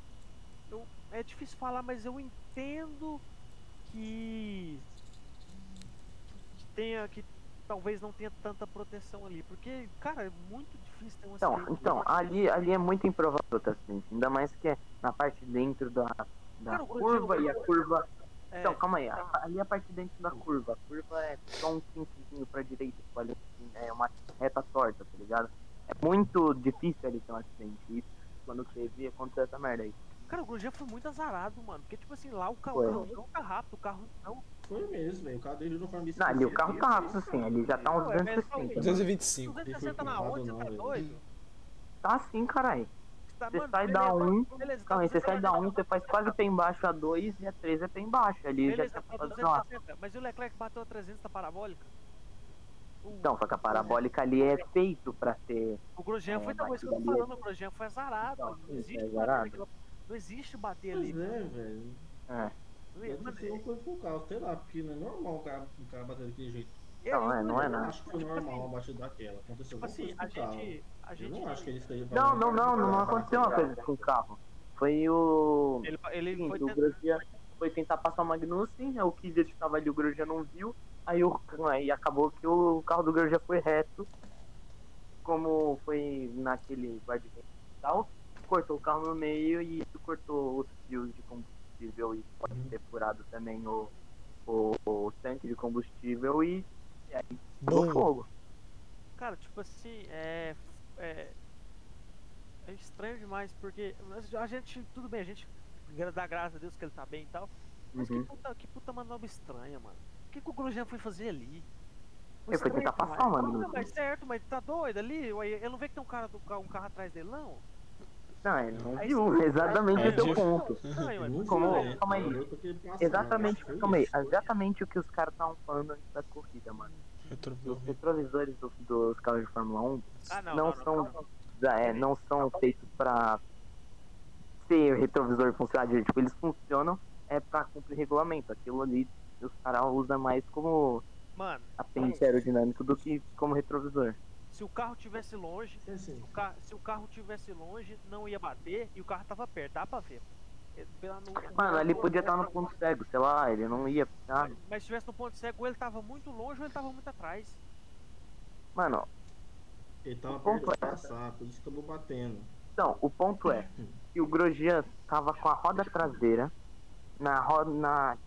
C: eu, é difícil falar, mas eu entendo que, que tenha que talvez não tenha tanta proteção ali, porque cara, é muito difícil ter um
A: Então,
C: acidente.
A: então ali, ali é muito improvável tá acidente. Ainda mais que é na parte dentro da, da
C: Cara, o
A: curva e a curva.
C: É,
A: Então, calma aí. a- Ali é a parte dentro da curva. A curva é só um simplesinho pra direita. tipo, ali, assim, É uma reta torta, tá ligado? É muito difícil ali ter um acidente. E quando teve, aconteceu essa merda aí.
C: É, cara, o Grosjean foi muito azarado, mano, porque tipo assim, lá o carro,
A: Foi.
C: o carro não tá rápido, o carro não,
D: Foi mesmo, velho. O carro dele virou pra mim.
A: Não, ali o carro tá rápido assim. Ali já tá uns
C: Não, é mesmo,
A: 260. mano.
B: 225.
C: 260 na
D: culpado
C: onde, você
D: não,
C: tá
D: velho.
C: doido?
A: Tá assim, caralho.
C: Você tá,
A: Você
C: mano,
A: sai da
C: beleza,
A: um,
C: beleza, tá
A: Calma aí, você sai da 1,
C: 260,
A: você faz quase pé embaixo a 2 e a 3 é pé embaixo. Ali já
C: Beleza,
A: tinha assim,
C: tá
A: passado lá.
C: 260, mas e o Leclerc bateu a 300 da parabólica? O-
A: Então, só que a parabólica ali é feito pra ser.
C: O Grosjean
A: É,
C: foi também, isso que eu tô
A: batida
C: falando, o Grosjean foi azarado.
A: Então,
C: mano.
A: sim,
C: Não existe
A: foi
C: bater
A: azarado.
C: naquela- Não existe bater ali.
D: Pois é, velho.
A: É.
D: Eu
C: Mano,
D: não coisa pro carro, sei lá, porque não é normal o cara, o cara bater daquele jeito.
C: é-
A: Não, é,
C: é-
A: não é
D: eu
A: nada.
D: acho que foi
C: Tipo
D: normal
C: assim,
D: uma batida daquela. Aconteceu
C: Tipo
D: alguma
C: assim,
D: coisa
C: a
D: com o carro.
C: gente. A
D: Eu
C: gente
D: não acho que ele esteja
A: Não,
D: fazendo
A: não, não, não,
D: nada.
A: aconteceu uma coisa com o carro. Foi o.
C: Ele, ele
A: Sim,
C: foi
A: o
C: tentando-
A: Grosjean foi tentar passar o Magnussen, aí o Kizet estava ali, o Grosjean não viu. Aí, o, aí acabou que o carro do Grosjean foi reto, como foi naquele guarda-reio e tal. Cortou o carro no meio e isso cortou os fios de combustível e pode ter furado também o, o, o tanque de combustível e pegou
B: Bom,
A: fogo.
C: Cara, tipo assim, é. É, é estranho demais, porque nós- a gente. Tudo bem, a gente gra- dá graças a Deus que ele tá bem e tal. Mas
A: Uhum.
C: que, puta, que puta manobra estranha, mano. O que, que o Grosjean foi fazer ali?
A: Ele foi
C: estranho
A: tentar
C: demais.
A: passar o Magnussen.
C: Puta, mas certo, mas tá doido ali? Ué, Ele não vê que tem um, cara do, ca- um carro atrás dele, não?
A: Não, ele não
C: Aí
A: viu, exatamente
B: É
A: esse é o
B: difícil.
A: ponto.
C: Estranho,
D: Eu
C: ué.
D: não vi,
A: Como-
D: velho.
A: calma aí.
D: Eu olhei porque ele passava,
A: Exatamente,
D: acho que foi
A: calma aí,
D: isso.
A: exatamente o que os caras estavam falando antes da corrida, mano.
B: retrovisor.
A: Os retrovisores do- dos carros de Fórmula 1
C: Ah,
A: não,
C: não, não, não,
A: são,
C: calma.
A: é, não são feitos pra ser retrovisor funcionar direito. Tipo, eles funcionam é pra cumprir regulamento. Aquilo ali os caras usam mais como
C: Mano,
A: apêndice aerodinâmico do que como retrovisor.
C: se o carro tivesse longe,
D: Sim, sim.
C: o ca- se o carro tivesse longe, não ia bater e o carro tava perto, dá pra ver. É, pela nu-
A: Mano, ele podia estar no ponto cego, sei lá, ele não ia. ah,
C: Mas se tivesse no ponto cego, ou ele tava muito longe ou ele tava muito atrás.
A: Mano,
D: Ele tava
A: Como
D: perto de
A: foi?
D: passar, por isso acabou batendo.
A: então, o ponto é que o Grosjean tava com a roda traseira na roda, na,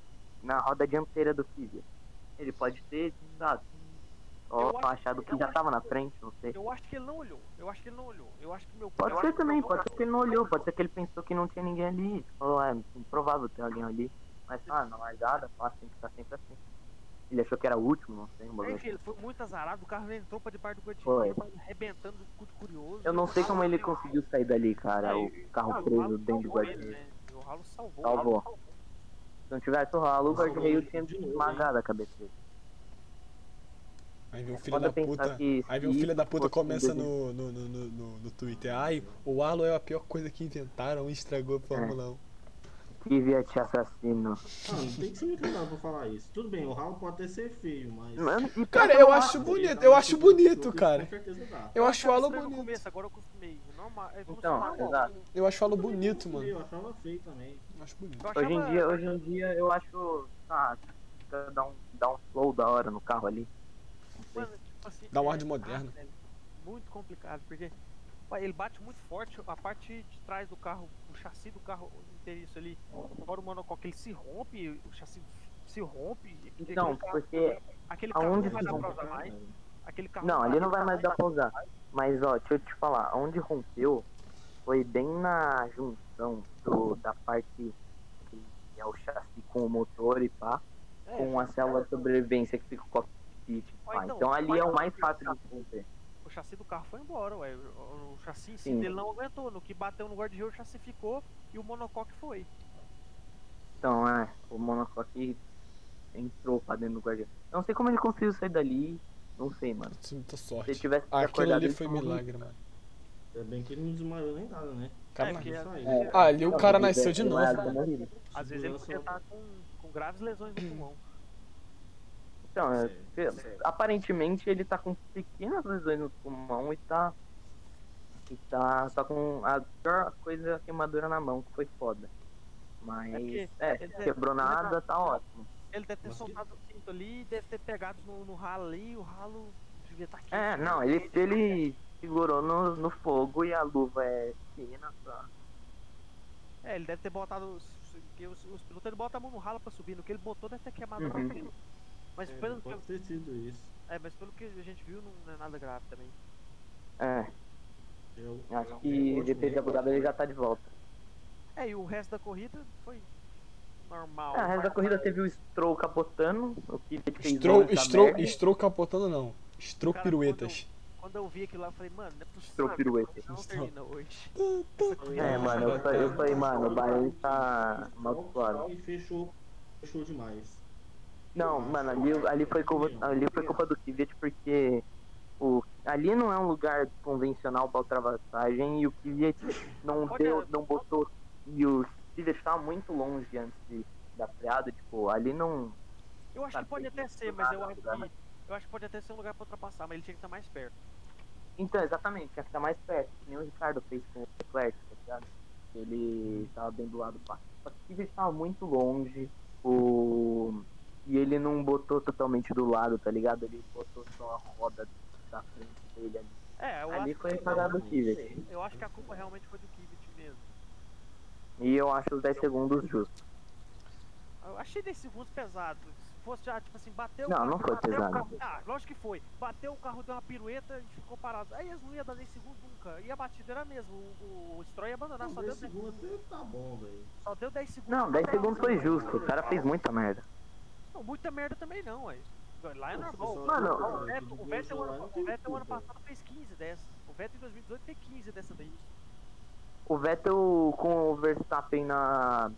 A: na roda dianteira do Kvyat. Ele pode ter dado.
C: Eu
A: Ou
C: acho que-
A: achado que
C: eu
A: já
C: acho
A: tava
C: que-
A: na frente, não sei.
C: Eu acho que ele não olhou. Eu acho que ele não olhou. Eu acho que meu eu
A: É. Pode
C: acho
A: ser
C: que
A: também,
C: meu-
A: pode ser que ele não olhou, pode ser que ele pensou que não tinha ninguém ah, ali. Falou, é improvável ter alguém ali. Mas, ah, na largada, fala assim, que tá sempre assim. Ele achou que era o último, não sei. um assim. mas-
C: Enfim, ele foi muito azarado, o carro entrou pra debaixo do
A: Foi.
C: cantinho, arrebentando o cu de curioso. Ah,
A: Eu não sei como ele conseguiu sair dali, cara.
C: É,
A: O carro preso dentro do guarda-reio.
C: guarda-reio. O né? ralo salvou.
A: Salvou.
C: o ralo
A: Se não tivesse o ralo, o
D: Nossa,
A: guarda-reio
D: de
A: tinha
D: novo, hein?
A: esmagado a cabeça dele.
B: Aí vem o filho
A: Foda
B: da
A: pensar
B: puta.
A: que
B: Aí vem o
A: se
B: filho da puta
A: fosse
B: começa
A: um desenho-
B: no, no, no, no, no- no Twitter. Ai, o Halo é a pior coisa que inventaram e estragou a Fórmula
A: É.
B: 1.
A: Pivete é assassino.
D: Mano, tem que ser muito cuidado pra falar isso. Tudo bem, o ralo pode até ser feio, mas. tá
A: Mano, e
B: Cara, eu acho bonito, eu acho bonito, cara.
D: Com certeza dá.
B: Eu acho o
C: Achava
B: Halo
C: estranho no
B: bonito.
C: começo, agora eu acostumei. Eu Não, ama- é como se
A: Então,
C: fosse um
A: exato.
B: Eu acho o Halo bonito, mano.
D: Eu achava feio também.
B: Eu acho bonito.
C: Eu
A: Hoje em
C: achava-
A: dia, hoje em dia eu acho. Ah, dá um, dá um flow da hora no carro ali.
C: Mano, tipo assim,
B: Dá um ar
C: é,
B: de moderno.
C: ah, velho, muito complicado, porque pá, ele bate muito forte, a parte de trás do carro, o chassi do carro inteiro isso ali, fora o monocoque, ele se rompe, o chassi se rompe. e aquele
A: Então,
C: carro-
A: porque
C: aquele carro
A: aonde
C: não vai
A: se
C: dar pra
A: rompeu.
C: usar mais. Aquele carro
A: Não, ali não vai mais dar
C: pra
A: pra usar. Mas ó, deixa eu te falar, onde rompeu foi bem na junção do, da parte que é o chassi com o motor e pá, com a célula de sobrevivência que fica o cockpit.
C: Ó,
A: Pá.
C: É. então,
A: Então ali é o mais
C: olha,
A: fácil de romper.
C: O chassi do carro foi embora, ué. O, o chassi em si
A: Sim.
C: dele não aguentou. No que bateu no guarda-reio, o chassi ficou e o monocoque foi.
A: Então, é, o monocoque entrou pra dentro do guardião. Eu Não sei como ele conseguiu sair dali, não sei, mano.
B: Isso é muita
A: Se ele
B: sorte.
A: tivesse
B: Aquilo ali
A: ele
B: foi
A: tava
B: milagre, mano.
D: Ainda É bem que ele não desmaiou nem nada, né?
C: É,
B: Cara,
C: porque-
D: Isso aí.
A: É.
B: ah, ali o
A: Não,
B: cara
A: ele
B: nasceu
A: deve-
B: de
A: ele
B: novo.
A: vai ter morrido.
C: Às vezes ele
D: Segurança-
C: podia estar com, com graves lesões no pulmão.
A: Então, é,
D: Sim,
A: porque,
D: sim.
A: aparentemente ele tá com pequenas lesões no pulmão e tá. E tá só com a pior coisa a queimadura na mão, que foi foda. Mas,
C: É porque-
A: é,
C: é porque-
A: quebrou nada, tá ótimo.
C: Ele deve ter
D: Mas que-
C: soltado o cinto ali, deve ter pegado no, no ralo ali, o ralo devia estar aqui.
A: É, não, ele, ele segurou no, no fogo e a luva é fina, só.
C: É, ele deve ter botado. os- Porque os, os pilotos ele bota a mão no ralo pra subir, no que ele botou deve ter queimado a
A: Uhum.
C: mão. dele. Mas, pelo, pelo-
D: É, Pode ter sido isso.
C: é, mas pelo que a gente viu, não é nada grave também.
A: É,
D: Eu,
A: acho
B: é
A: que depois de Abu Dhabi
B: né?
A: ele já tá de volta.
C: É, e o resto da corrida foi normal.
A: É, o resto da corrida teve o Stroll capotando, o que fez É,
B: Stroll,
A: essa
B: Stroll,
A: merda.
B: Stroll capotando não. Stroll
C: Cara,
B: piruetas.
C: Quando eu vi aquilo lá, eu falei, mano, não é possível.
A: Stroll pirueta.
C: Não termina hoje.
A: É, mano, eu falei, eu falei, mano, o Bahrein tá amaldiçoado.
D: E fechou, fechou demais.
A: Não, mano, ali, ali, foi culpa, ali foi culpa do Kivet porque o, ali não é um lugar convencional pra ultrapassagem e o Kivet não
C: Olha-
A: deu, não botou. E o Kivet tava muito longe antes de- da freada, tipo, ali não.
C: Eu
D: Tá
C: acho que pode até ser, mas eu acho que. Eu acho que pode até ser um lugar pra ultrapassar, mas ele tinha que estar mais perto.
A: Então, exatamente, tinha que estar mais perto, que nem o Ricardo fez com o Leclerc, tá ligado? Ele tava bem do lado do pá. Só que o Kivet tava muito longe, o. E ele não botou totalmente do lado, tá ligado? Ele botou só a roda da frente dele ali.
C: É, eu,
A: Ali
C: acho,
A: foi cagado o Kivet.
C: eu acho que a culpa realmente foi do Kibit mesmo.
A: E eu acho os 10 segundos justos.
C: Eu achei 10 segundos pesado. Se fosse já, tipo assim, bateu
A: Não,
C: o carro.
A: não foi
C: bateu o
A: pesado.
C: carro- ah, lógico que foi. Bateu o carro, deu uma pirueta e ficou parado. Aí eles não iam dar 10 segundos nunca. E a batida era mesmo. O, o, o Stroll ia abandonar, só deu, 10,
D: segundo até tá bom, velho.
C: só deu 10 segundos.
A: Não, 10 segundos foi justo. O cara fez muita merda.
C: Não, muita merda também não, ué. Lá é
D: Nossa,
C: normal.
D: pessoal,
A: Mano,
D: cara,
C: o Vettel,
D: tudo
C: o
D: bem,
C: Vettel,
D: sei lá,
C: ano,
D: não
C: o
D: tem
C: Vettel ano
D: culpa.
C: passado fez 15 dessa. O Vettel em 2018 fez 15 dessa daí.
A: O Vettel com o Verstappen na,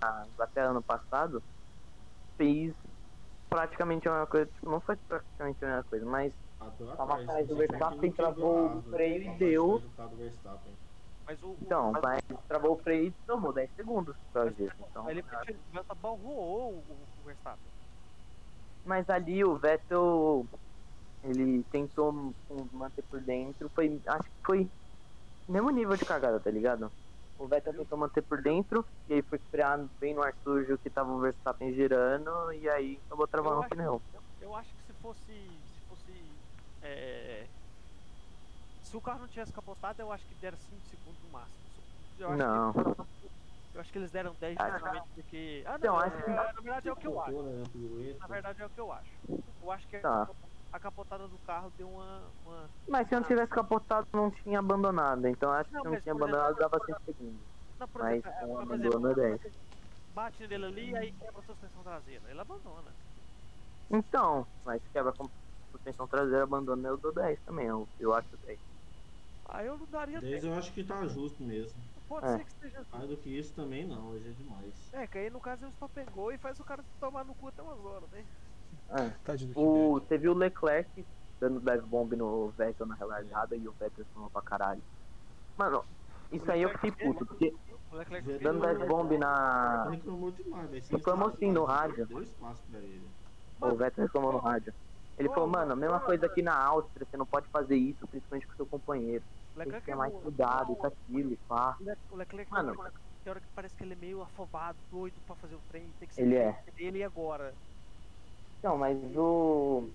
A: na Inglaterra ano passado fez praticamente a mesma coisa. Tipo, não foi praticamente a mesma coisa, mas
D: Ah, tô
A: Tava
D: atrás,
A: atrás do
D: gente,
A: Verstappen,
D: aquilo que
A: travou
D: deu
A: o
D: errado,
A: freio e
D: tava
A: deu.
D: atrás do carro do Verstappen.
C: Mas o. o-
A: então,
C: mas-
A: mas travou o freio e tomou 10 segundos pra
C: mas-
A: disso. Então,
C: ele ele- o Vettel balroou o, o Verstappen.
A: mas ali o Vettel ele tentou m- um, manter por dentro, foi acho que foi mesmo nível de cagada, tá ligado? O Vettel tentou manter por dentro e aí foi frear bem no ar sujo que tava o Verstappen girando e aí acabou travando
C: Eu
A: o
C: acho-
A: pneu.
C: Eu acho que se fosse. Se fosse. É, se o carro não tivesse capotado, eu acho que deram 5 segundos no máximo. Eu acho
A: Não.
C: Que, eu acho que eles deram 10
A: Ah,
C: justamente porque. Ah, não,
A: Então, acho que-
C: na verdade é o que eu acho.
D: Botou, né, na pirueta.
C: Na verdade é o que eu acho. Eu acho que a-
A: Tá.
C: a capotada do carro deu uma. uma-
A: Mas se eu não tivesse capotado, não tinha abandonado. Então acho que
C: Não,
A: se eu não
C: mas
A: tinha
C: por exemplo,
A: abandonado, dava 5 segundos.
C: Não, por
A: Mas
C: exemplo, é,
A: não
C: por
A: abandonou
C: exemplo,
A: 10.
C: bate nele ali e aí quebra a suspensão traseira. Ele abandona.
A: Então, mas quebra com suspensão traseira, abandona, eu dou 10 também, eu, eu acho 10.
C: Ah, eu não daria 10.
D: 10 eu acho que tá justo mesmo.
C: Pode
A: É.
C: ser que esteja assim.
D: Mais do que isso também não, hoje é demais.
C: É, que aí no caso é um stop and go e faz o cara tomar no cu até umas horas, né?
B: Tadinho do Kimi.
A: O, teve o Leclerc dando dive bomb no Vettel na relargada e o Vettel fumou pra caralho. Mano, isso aí eu fiquei
C: é
A: puto, porque
C: O Leclerc
D: Dando
C: fez
A: dando
C: um-
A: dive bomb na.
D: Reclamou demais, velho.
A: Reclamou Ah. sim no rádio.
D: Deu espaço pra ele.
C: é
A: O Vettel reclamou no rádio. Ele falou, mano, a mesma coisa aqui na Áustria, você não pode fazer isso, principalmente com seu companheiro.
C: O
A: Tem que
C: Leclerc
A: ter
C: é
A: mais
C: um-
A: cuidado, isso, aquilo, pá.
C: O Le- O Leclerc
A: Mano.
C: é um cara que tem hora que parece que ele é meio afobado, doido pra fazer o trem, tem que
A: Ele é.
C: Ele e agora.
A: Não, mas o.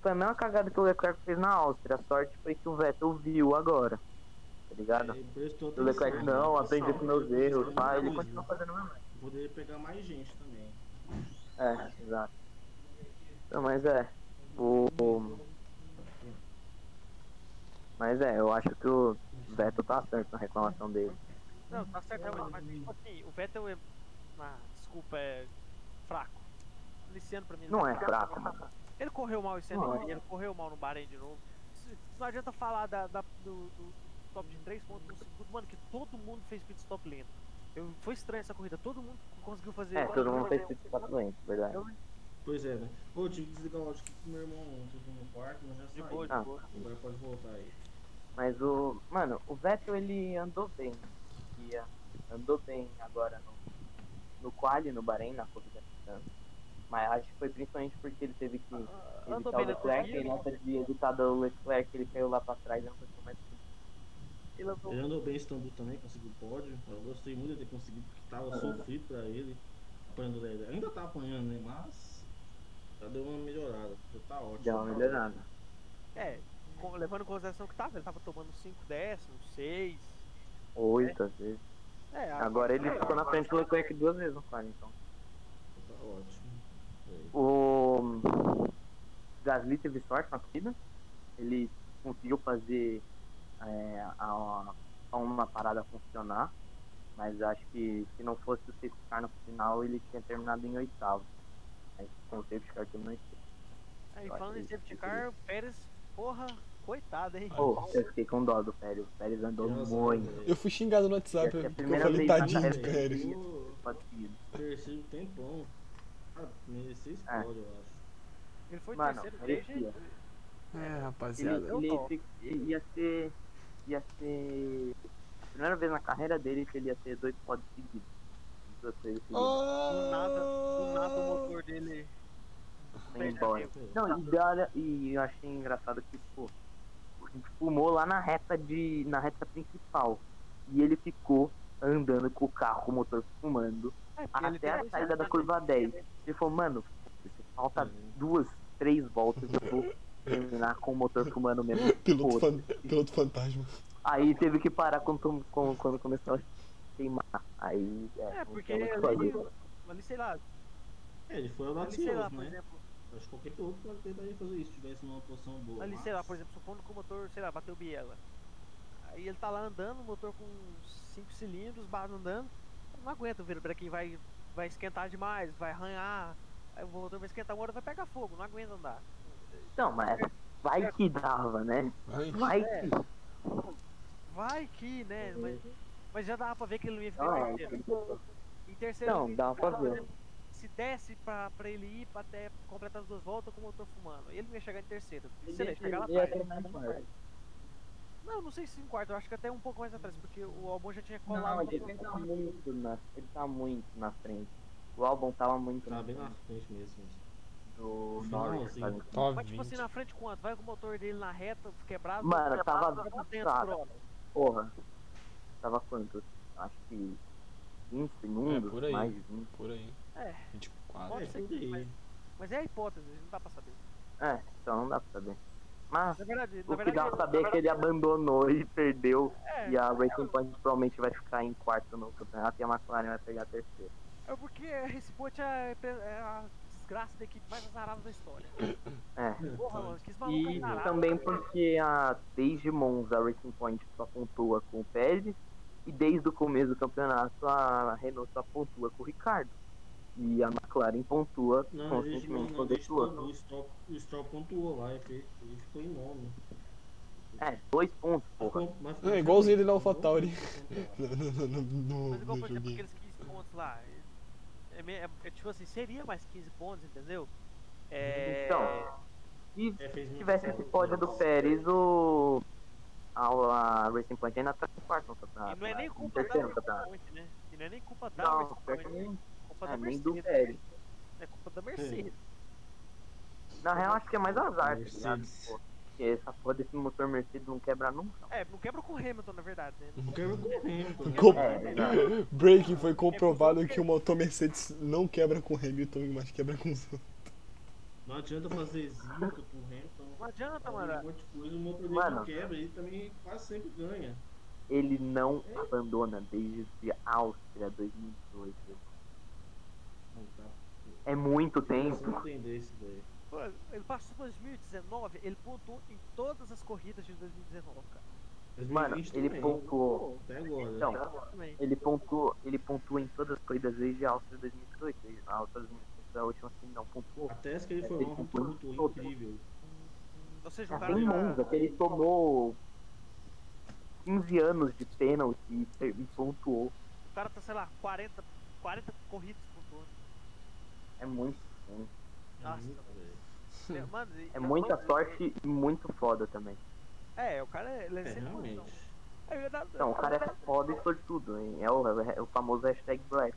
A: Foi a mesma cagada que o Leclerc fez na Áustria. A sorte foi que o Vettel viu agora. Tá ligado?
D: Ele prestou
A: O Leclerc,
D: atenção,
A: não,
D: né?
A: aprendi com meus erros, pá. Ele
D: Pois,
A: continua fazendo a mesma
D: Poderia pegar mais gente também.
A: É, exato. Não, mas é. O. Mas é, eu acho que o Beto tá certo na reclamação dele.
C: Não, tá certo, realmente, mas tipo assim, o Vettel é. Ah, desculpa, é fraco. O Luciano pra mim ele
A: Não
C: tá
A: é fraco, mano.
C: Ele correu mal esse ano,
A: Não é.
C: ele correu mal no Bahrein de novo. Se- Não adianta falar da, da- do, do top de 3 pontos no segundo, mano, que todo mundo fez pit stop lento. Eu, foi estranho essa corrida, todo mundo conseguiu fazer.
A: É, todo mundo fez pit stop doente, verdade.
D: Pois é, né? Pô, eu tive que desligar o áudio aqui pro meu irmão ontem aqui no quarto, mas já
C: De
D: saiu.
C: boa, de
A: Ah.
C: boa.
D: Agora pode voltar aí.
A: Mas o. Mano, o Vettel ele andou bem. esse Dia. Andou bem agora no, no quali, no Bahrein, na corrida de Santos. Mas acho que foi principalmente porque ele teve que
C: Ah,
A: evitar o
C: Andou bem né? na
A: Leclerc.
C: corrida.
A: E nessa de evitar o Leclerc, ele caiu lá pra trás e não conseguiu mais.
C: Ele andou
D: Ele andou bem em Istambul também, conseguiu pódio. Eu gostei muito de ter conseguido, porque tava sofrido pra ele. Apanhando o Leclerc. Ainda tá apanhando, né? Mas. Já deu uma melhorada. Já tá ótimo.
A: Deu uma melhorada.
C: É, com- levando em consideração que tava, ele tava tomando 5 décimos, 6.
A: Oito, às vezes.
C: É, a-
A: Agora ele ficou na frente do Leclerc duas vezes no quali, então.
D: Tá ótimo. É.
A: O Gasly teve sorte na corrida. Ele conseguiu fazer é, a, a uma parada funcionar. Mas acho que se não fosse o safety car no final, ele tinha terminado em oitavo. Mas com o safety car terminou em sexto.
C: aí, falando em safety car, o Pérez, porra, coitado, hein?
A: Pô, eu fiquei com dó do Pérez. O Pérez andou
D: Nossa,
A: muito.
D: velho.
B: Eu fui xingado no WhatsApp,
A: Essa é a
B: porque eu
A: primeira
B: falei
A: vez na
B: tadinho do
A: minha vida.
B: Pérez.
D: Pô,
A: conseguido.
D: Terceiro tempão. Ah, merecia esse
A: É.
D: pódio, eu acho.
C: Ele foi
A: Mano,
C: terceiro
A: merecia.
C: desde.
B: É,
A: Ele,
B: rapaziada.
A: ele
C: Não.
A: fi- ele ia ser. ia ser. Primeira vez na carreira dele que ele ia ter dois pods seguidos. Duas coisas seguidas.
C: Do nada, do nada o motor dele.
A: Foi embora. Não, e, da hora- e eu achei engraçado que, pô, a gente fumou lá na reta de. na reta principal. E ele ficou andando com o carro, com o motor fumando,
C: É, porque ele
A: até
C: tem
A: a
C: dois
A: saída da
C: anos,
A: curva 10. Ele falou, mano, falta
D: Uhum.
A: duas, três voltas, eu vou terminar com o motor fumando mesmo.
B: Piloto,
A: Foda-se.
B: fan- piloto fantasma.
A: Aí teve que parar quando, quando, quando começou a queimar. Aí. É,
C: É,
A: não
C: porque
A: tinha muito o que
C: ali-
A: fazer.
C: Ali, sei lá,
D: É, ele foi
C: ali, sei lá,
D: audacioso,
C: por
D: né?
C: exemplo.
D: Acho que qualquer piloto pode tentar fazer isso, se tivesse numa posição boa.
C: Ali,
D: mas-
C: sei lá, por exemplo, supondo que o motor, sei lá, bateu biela. Aí ele tá lá andando, o motor com 5 cilindros, barra andando. Não aguenta o virobrequim, vai, vai esquentar demais, vai arranhar. Aí o motor vai esquentar uma hora, vai pegar fogo, não aguenta andar.
A: Não, mas vai que dava, né?
C: É,
B: Ai,
A: Vai que.
C: Vai que, né?
A: Uhum.
C: Mas, mas já dava pra ver que ele não ia ficar
A: Não,
C: em terceiro. Em terceiro,
A: Ah, é. Não,
C: ele-
A: dava pra ver.
C: se desse pra, pra ele ir pra até completar as duas voltas com o motor fumando, ele não ia chegar em terceiro. Se ele ia chegar lá
A: Ele ia
C: atrás.
A: terminar em quarto.
C: Não, não sei se em quarto, eu acho que até um pouco mais atrás, porque o Albon já tinha
A: Não,
C: colado. no-
A: ele tá muito na. Ele tá muito na frente. O álbum tava muito
D: Tá
A: na
D: bem na
A: frente
D: frente mesmo.
A: do
D: Não,
A: Norris.
D: assim.
A: sabe?
B: top
C: Mas tipo assim, na frente quanto? Vai com o motor dele na reta, quebrado.
A: Mano,
C: quebrado,
A: tava
C: vai com 200
A: avançado.
C: por hora.
A: Porra. Tava quanto? Acho que 20
B: É,
A: segundos,
B: por aí.
A: mais de 20.
B: Por aí.
C: É.
B: 24.
C: Pode
D: É,
C: ser
D: tudo
C: que-
D: aí.
C: Mas é a hipótese, não dá pra saber.
A: É, então não dá pra saber. Mas
C: Na verdade, na
A: o que
C: verdade. É.
A: dá pra saber é que ele abandonou e perdeu. E a Racing Point provavelmente vai ficar em quarto no campeonato e a McLaren vai pegar terceiro.
C: É porque esse bote é, é a desgraça da equipe mais azarada da história.
A: É.
C: Porra, mano, que esse maluco é
A: E
C: azarado.
A: também porque a, desde Monza a Racing Point só pontua com o Pérez e desde o começo do campeonato a Renault só pontua com o Ricardo. E a McLaren pontua
D: Não, ele não,
A: constantemente
D: não,
A: quando
D: ele
A: estuda.
D: estourou, o Stroll, o Stroll pontuou lá, ele fe- ele ficou em nono.
A: É, dois pontos, porra.
D: Ficou- mas né? ficou-
B: É igualzinho ele na AlphaTauri.
D: Pontuou.
B: No, no, no, no, no,
C: Mas igual,
B: no
C: por exemplo,
B: joguinho.
C: aqueles 15 pontos lá. É, me- é- é tipo assim, seria mais 15 pontos, entendeu? É.
A: Então, E
D: É, fez
A: se
D: muito né?
A: tivesse
D: ponto.
A: esse pódio do Pérez, o. A, a Racing Point ainda tá em quarto no
C: e
A: campeonato.
C: não é
A: né?
C: nem
A: Em
C: culpa da
A: terceiro no
C: Racing
A: campeonato.
C: Point, né? E não é nem culpa da
A: tá. Não,
C: Racing
A: pior que
C: Point,
A: nem-
C: é culpa da
A: é, nem do
C: Mercedes.
A: Pérez.
C: É culpa da Mercedes.
A: Na real, acho que é mais azar, tá ligado?
D: Mercedes.
A: Pô, porque essa porra desse motor Mercedes não quebra nunca.
C: É, não quebra com o Hamilton, na verdade, né?
D: O cara correndo, né?
B: Com-
A: É, verdade. É
B: Breaking foi comprovado que o motor Mercedes não quebra com o Hamilton, mas quebra com os outros.
D: Não adianta fazer zica com o Hamilton.
C: Não adianta,
D: fazer Um
C: mano.
D: monte de coisa, o motor dele
A: Mano.
D: não quebra, ele também quase sempre ganha.
A: Ele não abandona desde Áustria 2018.
D: Não, tá.
A: É muito
D: Não
A: tempo.
D: entender isso daí.
C: Mano, Ele passou 2019, ele pontuou em todas as corridas de 2019, cara.
A: Mano,
D: 2020
A: ele
D: também.
A: pontuou.
D: Até agora.
A: Então,
C: Também.
A: ele pontuou, ele pontua em todas as corridas desde Áustria 2018. desde A Áustria 2018 é a última que ele não pontuou.
D: Até que ele foi
A: É, Ele
D: um
A: pontuou
D: ponto
A: todo.
D: incrível.
C: Ou seja, o cara. tá
A: Tem
C: já-
A: Monza, que ele tomou 15 anos de pênalti e per- e pontuou.
C: O cara tá, sei lá, 40, 40 corridas pontuando.
A: É muito tempo.
C: Nossa,
D: Muito, velho.
C: É, mano, e-
A: É muita
C: mano,
A: sorte e muito foda também.
C: É, o cara ele é,
D: É,
C: sem noção.
D: realmente.
C: Aí eu ia dar-
A: Então, o cara é foda e sortudo, hein? É o, é o famoso hashtag Black.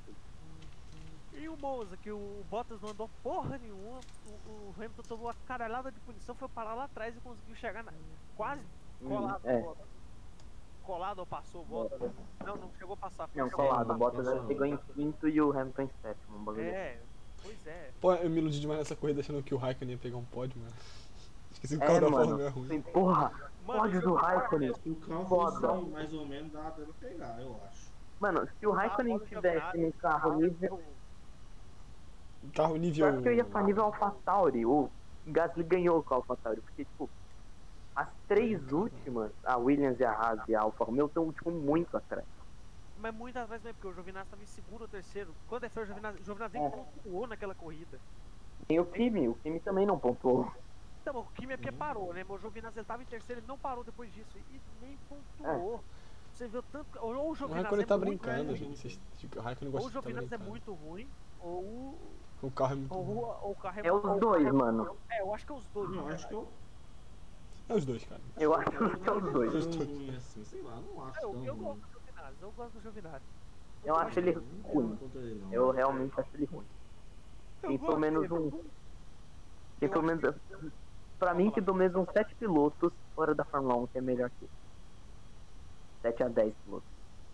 C: E o Monza, que o Bottas não andou porra nenhuma, o, o Hamilton tomou uma caralhada de punição, foi parar lá atrás e conseguiu chegar na, quase colado né? ao
A: é. né?
C: Bottas. Colado ou passou o Bottas? Não, não chegou a passar. foi
A: Não,
C: chegou a
A: colado. O
C: passar.
A: Bottas
D: Passou.
A: chegou em quinto e o Hamilton em sétimo. um bagulho.
C: É, pois é.
B: Pô, eu me iludi demais nessa corrida achando que o Raikkonen ia pegar um pódio, mano. Esqueci que o
A: É,
B: carro da
A: mano.
B: Fórmula é ruim.
A: Assim, porra, pódio do Raikkonen. né?
D: E o carro
A: então. Foda.
D: funciona mais ou menos, dá pra pegar, eu acho.
A: Mano, se o Raikkonen
C: Bottas
A: tivesse
C: campeonato,
A: no carro nível.
C: tipo,
B: Carro
A: Eu
B: Tá nível.
A: acho que eu ia pra nível AlphaTauri. O Gasly ganhou com a AlphaTauri. Porque, tipo, as três últimas, a Williams e a Haas e a Alfa Romeo, estão, tipo, muito atrás.
C: Mas muitas vezes mesmo, porque o Giovinazzi tava em segundo ou terceiro. Quando é feio, o Giovinazzi, o Giovinazzi nem
A: É.
C: pontuou naquela corrida.
A: Tem o Kimi. O Kimi também não pontuou.
C: Então, o Kimi é porque
D: Sim.
C: parou, né? Mas o Giovinazzi ele tava em terceiro, ele não parou depois disso. E nem
B: É.
C: pontuou. Você viu tanto. Ou ou o
B: O
C: Giovinazzi
B: Raikkonen tá
C: é muito
B: brincando,
D: ruim.
B: gente. Vocês- O Raikkonen
C: Ou o
B: gosta de tá
C: Giovinazzi é
B: brincando.
C: muito ruim, ou o.
B: O carro é muito
C: Ou,
B: ruim.
C: o- ou o carro
A: É os dois, mano.
C: É, eu acho que é os dois.
D: Não,
C: na
D: acho que
C: verdade.
D: eu.
B: É os dois, cara.
A: Eu acho que são os Então, dois.
D: Não é tão ruim assim, sei lá, não acho.
C: É,
D: tão
C: eu, eu
D: ruim.
C: gosto do Giovinazzi, eu gosto do Giovinazzi.
A: Eu acho ele
D: Não
A: ruim.
D: dá contra ele, não.
A: Eu realmente acho ele ruim.
C: Eu
A: Tem pelo
C: gosto
A: menos
C: dele,
A: um.
C: mas
A: Tem pelo menos. Pra mim, que do mesmo uns 7 pilotos fora da Fórmula 1 que é melhor que ele. 7 a 10 pilotos.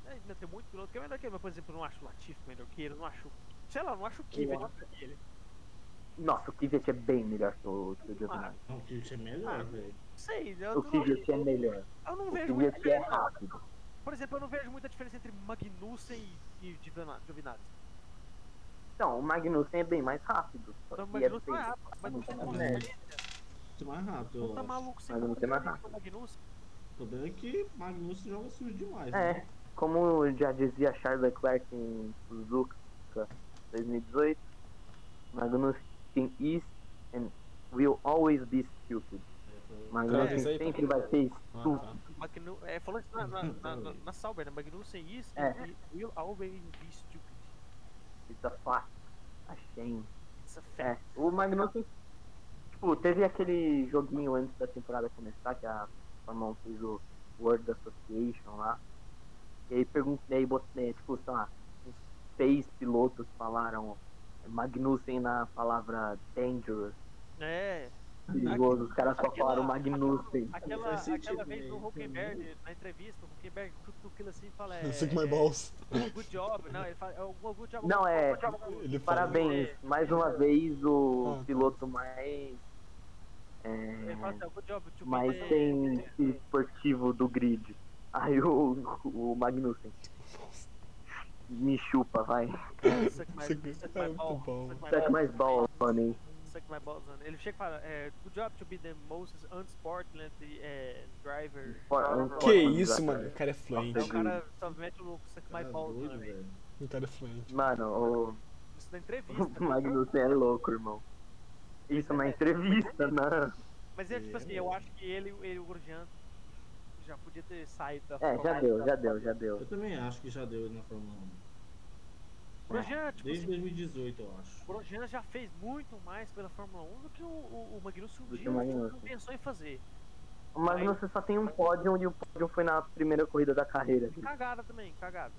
C: É, Ainda tem muito piloto que é melhor que ele, mas por exemplo, eu não acho o Latifi melhor que ele, eu não acho. Sei lá, eu não acho o Kimi
A: Eu
C: melhor que ele.
A: Nossa, o Kivet é bem melhor que o, que o Giovinazzi.
D: Não, o Kilt é melhor,
C: Ah,
D: velho.
C: Não sei, eu,
A: O
C: não,
A: Kivet é melhor.
C: eu não
A: O
C: vejo muita
A: Kivet é
C: diferença.
A: rápido.
C: Por exemplo, eu não vejo muita diferença entre Magnussen e, e Giovina- Giovinazzi.
A: Não, o Magnussen é bem mais rápido. só
C: Então, o
A: que é
C: Magnussen é
A: bem-
C: rápido, mas não tem
A: Tá
C: consistência.
D: Muito é mais rápido,
C: Não
D: eu
C: tá
D: acho.
C: maluco sem
A: Magnussen é mais
C: consistência o Magnussen.
D: O problema é que Magnussen joga sujo demais.
A: É,
D: né?
A: como já dizia Charles Leclerc em Suzuka 2018, Magnussen is and will always be stupid.
B: Traduz
A: Magnussen
B: aí pra
A: sempre vai ser
B: Ah,
A: Tu-
B: tá.
C: Magnu, é, falando isso na, na, na, na, na Sauber, né? Magnussen is
A: É.
C: and will always be stupid.
A: Pizza fácil. Achei.
C: It's a fact.
A: É. O Magnussen. Tipo, teve aquele joguinho antes da temporada começar que a Fórmula 1 fez o World Association lá. E aí perguntei, aí botei, tipo, sei lá, uns seis pilotos falaram Magnussen na palavra dangerous,
C: É.
A: perigoso. Os caras só
C: Aquela-
A: falaram Magnussen.
C: Aquela,
D: Faz sentido,
C: aquela
D: né?
C: vez do Huckenberg, na entrevista, o Huckenberg cutuca aquilo assim e fala. É,
B: Suck my balls.
C: é, good job, não, ele fala. É, um good job.
A: Não, é.
C: good job, good job.
B: Ele fala.
A: Parabéns, mais uma vez
B: Ah,
A: o
B: tá.
A: piloto mais. É,
C: Ele fala assim, ó, good job, to be
A: mas
C: the-
A: tem espírito esportivo do grid. Aí o, o Magnussen me chupa, vai. é
C: Suck my,
B: Suck-
C: suck
B: é
C: my
B: muito
C: ball,
B: bom.
C: suck my
A: Suck
C: ball,
A: my ball, honey.
C: suck my balls, mano. Ele chega e fala, é, good job to be the most unsportland é, driver.
A: For-
B: Que
A: unsportland
B: isso,
A: driver.
B: mano? O cara é
C: Aí o
B: fluente.
C: cara só mete um o louco, suck my
D: Tá
C: balls,
D: doido,
C: mano.
D: velho.
B: O cara é fluente.
A: Mano, o
C: né? Isso na entrevista.
A: O Magnussen é louco, irmão. Isso na entrevista, né? não.
C: Mas é tipo assim, eu acho que ele, ele o Grosjean já podia ter saído da
A: É, já
C: Fórmula
A: deu,
C: um.
A: já deu, já deu.
D: Eu também acho que já deu na Fórmula 1.
C: Grosjean, tipo
D: Desde
C: assim,
D: 2018, eu acho.
C: o Grosjean já fez muito mais pela Fórmula 1 do que o, o, o Magnussen um
A: Do que
C: dia
A: o Magnussen.
C: não pensou em fazer.
A: O Magnussen só tem um pódio e o pódio foi na primeira corrida da carreira.
C: Cagada também, cagada.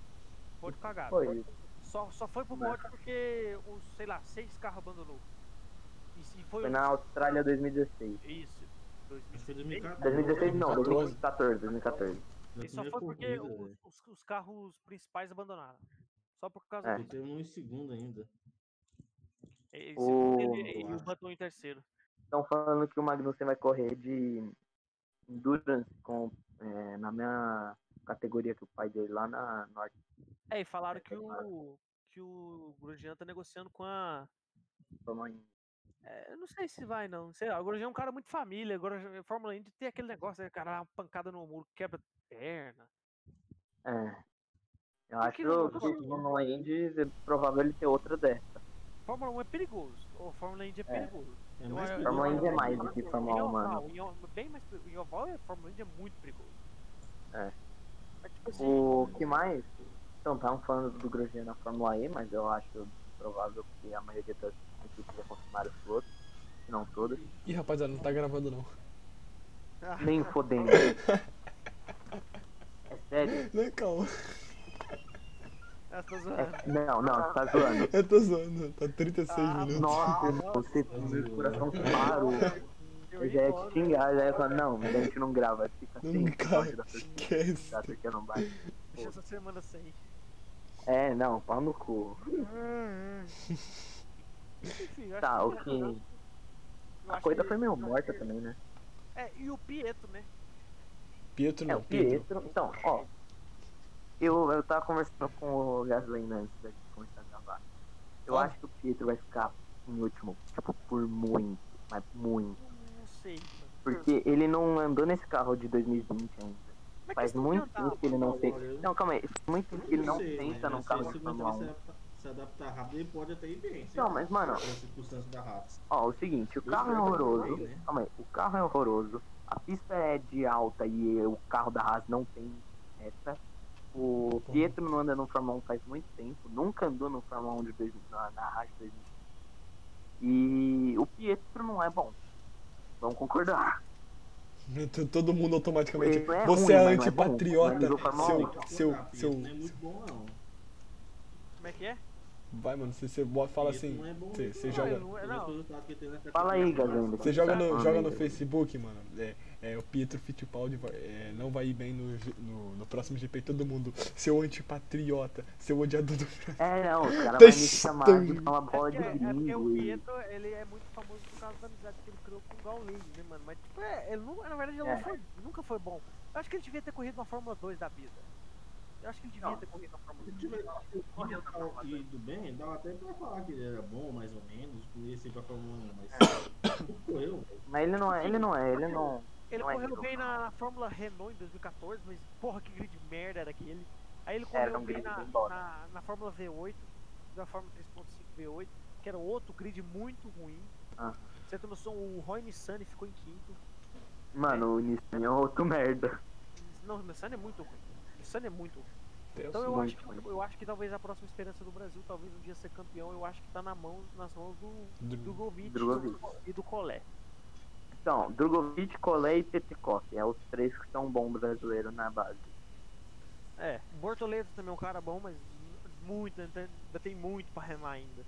C: Pode cagada.
A: Foi.
C: Só, só foi pro
A: Mas-
C: pódio porque os, sei lá, seis carros abandonou. E se foi,
A: Foi na Austrália 2016.
C: Isso.
D: Acho que
C: 2006.
D: foi
A: 2016
D: 2014.
A: não, 2014, 2014.
C: E
D: Na
C: só foi
D: primeira
C: porque
D: corrida,
C: os,
D: velho.
C: os- os carros principais abandonaram. Só por causa
A: É.
C: disso.
D: Temos um em segundo ainda.
C: E, e
A: O-
C: segundo ele- e
D: eu
C: o
D: acho.
C: Button em terceiro.
A: Estão falando que o Magnussen vai correr de endurance com, é, na minha categoria que o pai dele lá na Norte.
C: É, e falaram que
A: É, claro.
C: o, que o Grosjean tá negociando com a.
A: falou em-
C: É, eu não sei se vai, não. Sei lá, o Grosjean é um cara muito família. o Grosjean, Fórmula Indy tem aquele negócio, né, cara, uma pancada no muro, quebra perna.
A: É. Eu
C: Por
A: acho
C: que
A: que
C: não?
A: no Indy é provável ele ter outra dessa.
C: Fórmula 1 é perigoso. Ou Fórmula Indy é, perigoso.
D: É
C: Eu
D: mais
C: acho-
D: perigoso
A: Fórmula
D: que
A: Indy é
D: a
A: mais do
D: Fórmula
A: que
D: um.
A: Fórmula
C: em
A: 1, mano.
C: oval, em o- bem mais perigoso. Em oval, a Fórmula Indy é muito perigoso.
A: É.
C: Mas, tipo assim,
A: O que mais? Então, estavam falando do Grosjean na Fórmula E, mas eu acho provável que a maioria das equipes já confirmaram os outros, se não todas.
B: Ih, rapaziada, não tá gravando não.
A: Nem fodendo. É sério?
B: Não, calma.
C: ah, tô zoando.
A: É- Não, não, você tá zoando.
B: Eu tô zoando, tá 36
C: Ah,
B: minutos.
A: Nossa, irmão, você meu coração parou.
C: Eu
A: Eu
C: ia
A: já é ia
C: embora.
A: te xingar, já ia falar, não, a gente não grava, fica
B: Não
A: assim,
B: grava,
A: pode dar pra-
B: Esquece.
A: dá pra que eu não bate.
C: Deixa essa semana sem.
A: É, não, pau no cu.
C: Enfim, acho
A: Tá,
C: que- assim, né?
A: o que.
C: eu
A: A
C: acho
A: coisa
C: que-
A: foi meio morta também, né?
C: É, e o Pietro, né?
B: Pietro
A: É,
B: não,
A: o
B: Pedro.
A: Pietro. Então, ó. Eu, eu tava conversando com o Gasly né, antes da gente começar a gravar. Eu
B: Ah.
A: acho que o Pietro vai ficar em último, tipo, por muito, mas muito.
C: Não sei. mano.
A: Porque ele não andou nesse carro de 2020 ainda.
C: Mas
A: Faz
C: questão de
A: muito
C: andar,
A: tempo que ele não
D: mano,
A: tem.
D: olha,
A: Não, calma aí. Faz muito tempo que ele não
D: sei,
A: senta
D: mas
A: num
D: se
A: carro
D: esse
A: de
D: motor
A: Fórmula
D: se
A: 1.
D: adapta- Se adaptar rápido, ele pode até ir bem. sei
A: Não,
D: lá,
A: mas, mano-
D: pelas circunstâncias da
A: um.
D: Haas.
A: Ó, o seguinte, o
D: Eu
A: carro é
D: espero que
A: horroroso.
D: também, né?
A: Calma aí, o carro é horroroso. A pista é de alta e o carro da Haas não tem essa. O Pietro não anda no Fórmula 1 faz muito tempo. Nunca andou no Fórmula 1 de dois, na, na Haas de 2000. E o Pietro não é bom. Vamos concordar.
B: T- Todo mundo automaticamente.
A: Ele não é
B: Você é
A: ruim, mas não é bom.
B: antipatriota,
A: Mas eu falo mal,
B: seu. seu.
D: Não é
B: seu.
D: muito bom, não.
C: Como é que é?
B: Vai, mano, você, você bo- fala assim.
D: Não é bom
B: Você,
D: mesmo,
B: você
D: não.
C: Não, ele
B: joga.
C: não é-
D: Pelos
C: não.
D: resultados que ele teve na
A: Fala aí,
D: categoria.
A: Gazenda.
B: Você joga
A: Ah,
B: no, joga no
A: meu Deus.
B: Facebook, mano. É, é, o Pietro Fittipaldi vai- é, não vai ir bem no, G- no, no próximo GP. Todo mundo, seu antipatriota, seu odiador do Brasil.
A: É, não, o cara vai me
B: Testando.
A: chamar de uma
C: É
A: bola
C: porque,
A: de
C: é porque o
A: gringo. e-
C: Pietro, ele é muito famoso por causa da amizade que ele criou com o Gaules, né, mano? Mas, tipo, é, ele nunca, na verdade, ele não
A: É.
C: foi, nunca foi bom. Eu acho que ele devia ter corrido na Fórmula 2 da vida. Eu acho que ele devia
A: Não.
C: ter corrido na Fórmula
D: Se
C: 2.
D: tiver e do bem, dava até pra falar que ele era bom, mais ou menos, que ele ia ser pra Fórmula 1, mas não correu, velho.
A: Mas ele não é, ele não é, ele não.
C: Ele
A: Não é
C: correu
A: nível,
C: bem
A: não.
C: na, na Fórmula Renault em 2014, mas porra, que grid merda era aquele. Aí ele
A: Era
C: correu
A: um
C: bem
A: grid
C: na,
A: bem bosta.
C: na, na Fórmula V8, da Fórmula 3.5 V8, que era outro grid muito ruim.
A: Ah.
C: Você tem noção, o Roy Nissani ficou em quinto.
A: Mano, o Nissan é outro merda.
C: Não, o Nissani é muito ruim. O Nissani é muito ruim. Então
B: Deus.
C: eu acho,
A: muito
C: que, eu acho que talvez a próxima esperança do Brasil, talvez um dia ser campeão, eu acho que tá na mão, nas mãos do, do
B: Do-
C: Govic
A: Drogovic.
C: e do Colé.
A: Então, Drogovic, Colé e Petkov. É os três que são bons brasileiros na base.
C: É, o Bortoleto também é um cara bom, mas muito, ainda tem- ainda tem muito pra remar ainda.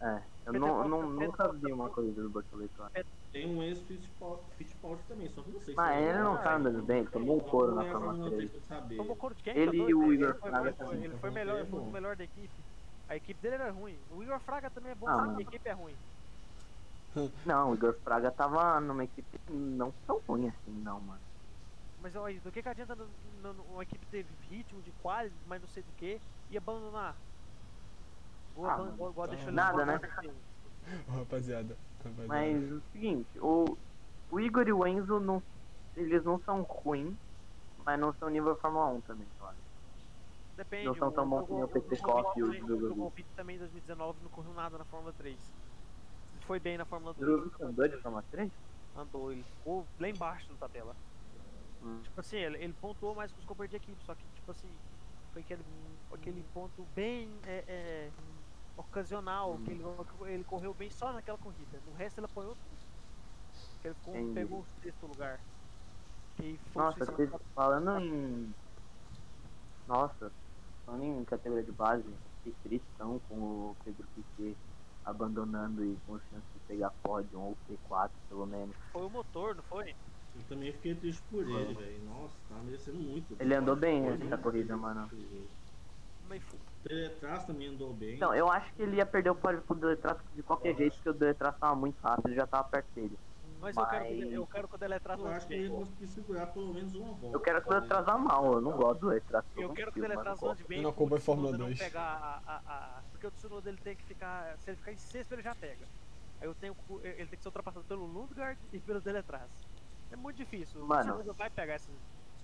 A: É. Eu não,
C: Petkov,
A: não,
C: Petkov,
A: nunca vi
C: Petkov.
A: uma corrida do Bortoleto. lá.
D: Tem um ex-Fittipaldi também, só que eu não sei
A: Mas
D: é
A: ele
D: bom,
A: não
D: cara.
A: tá andando bem, ele tomou um couro na
D: Não é a
A: Fórmula
D: Fórmula
A: 3.
D: 3 pra saber.
C: Tomou couro de quem?
A: Ele
C: Dos
A: e o
C: dois?
A: Igor
C: Ele foi,
A: Fraga
C: bom,
A: também.
C: ele foi
D: Bom,
C: melhor,
D: ele é
C: foi o
D: bom.
C: melhor da equipe. A equipe dele era ruim. O Igor Fraga também é bom,
A: Ah,
C: só que
A: mano.
C: a equipe é ruim.
A: Não, o Igor Fraga tava numa equipe não tão ruim assim, não, mano.
C: Mas olha, do que, que adianta no- no- no- uma equipe ter ritmo de quali, mas não sei do que, e abandonar? Igual
A: Ah,
C: aban-
A: mano,
C: igual- igual deixou ele
A: nada,
C: abandonar
A: né?
C: o Brasil.
B: Rapaziada. rapaziada.
A: Mas o seguinte, o, o Igor e o Enzo, não, eles não são ruins, mas não são nível Fórmula 1 também, eu um acho.
C: Depende.
A: Não são tão
C: o-
A: bons
C: o-
A: que nem o
C: o-
A: PT
C: o
A: Corp
C: Drogovic-
A: e os
C: O
A: Drogovic.
C: Drogovic também em 2019 não correu nada na Fórmula 3. Foi bem na Fórmula 2.
A: Drogovic andou de Fórmula 3?
C: andou, ele ficou lá embaixo na tabela.
A: Hum.
C: Tipo assim, ele, ele pontuou mais que os companheiros de equipe, só que, tipo assim, foi aquele, aquele ponto bem é, é, ocasional,
A: Uhum.
C: que ele, ele correu bem só naquela corrida. No resto ele apanhou tudo. Porque Ele ficou-
A: Entendi.
C: pegou o sexto lugar. E foi
A: Nossa,
C: o
A: vocês falando em. Nossa, falando em categoria de base, que tristão com o Pedro Piquet abandonando e com chance de pegar pódio ou P4 pelo menos.
C: foi o motor, não foi?
D: Eu também fiquei triste por ele, velho. Nossa, tá merecendo muito.
A: É. Ele andou bem
D: Foi
A: nessa
D: muito
A: corrida,
D: triste
A: mano.
D: por ele.
C: Mas foi.
D: Teletrás também andou bem.
A: Então, eu acho que ele ia perder o pódio pro Deletrato de qualquer jeito, porque o Deletrato tava muito rápido, ele já tava perto dele.
C: Mas, eu quero que
A: Mas-
C: eu quero que o Deletrato
D: eu acho que ele conseguiu segurar pelo menos uma volta.
A: Eu quero que o Deletrato vá mal, eu não gosto do Deletrato.
C: Eu quero que o Deletrato ande bem.
B: Eu não
C: porque
B: acompanho
C: o Tsunoda
B: Fórmula
C: não
B: 2.
C: pegar a, a- a- porque o Tsunoda ele tem que ficar. Se ele ficar em sexto, ele já pega. Aí eu tenho, cu- ele tem que ser ultrapassado pelo Lundgaard e pelo Deletrato. É muito difícil.
A: Mano.
C: O Tsunoda vai pegar esse.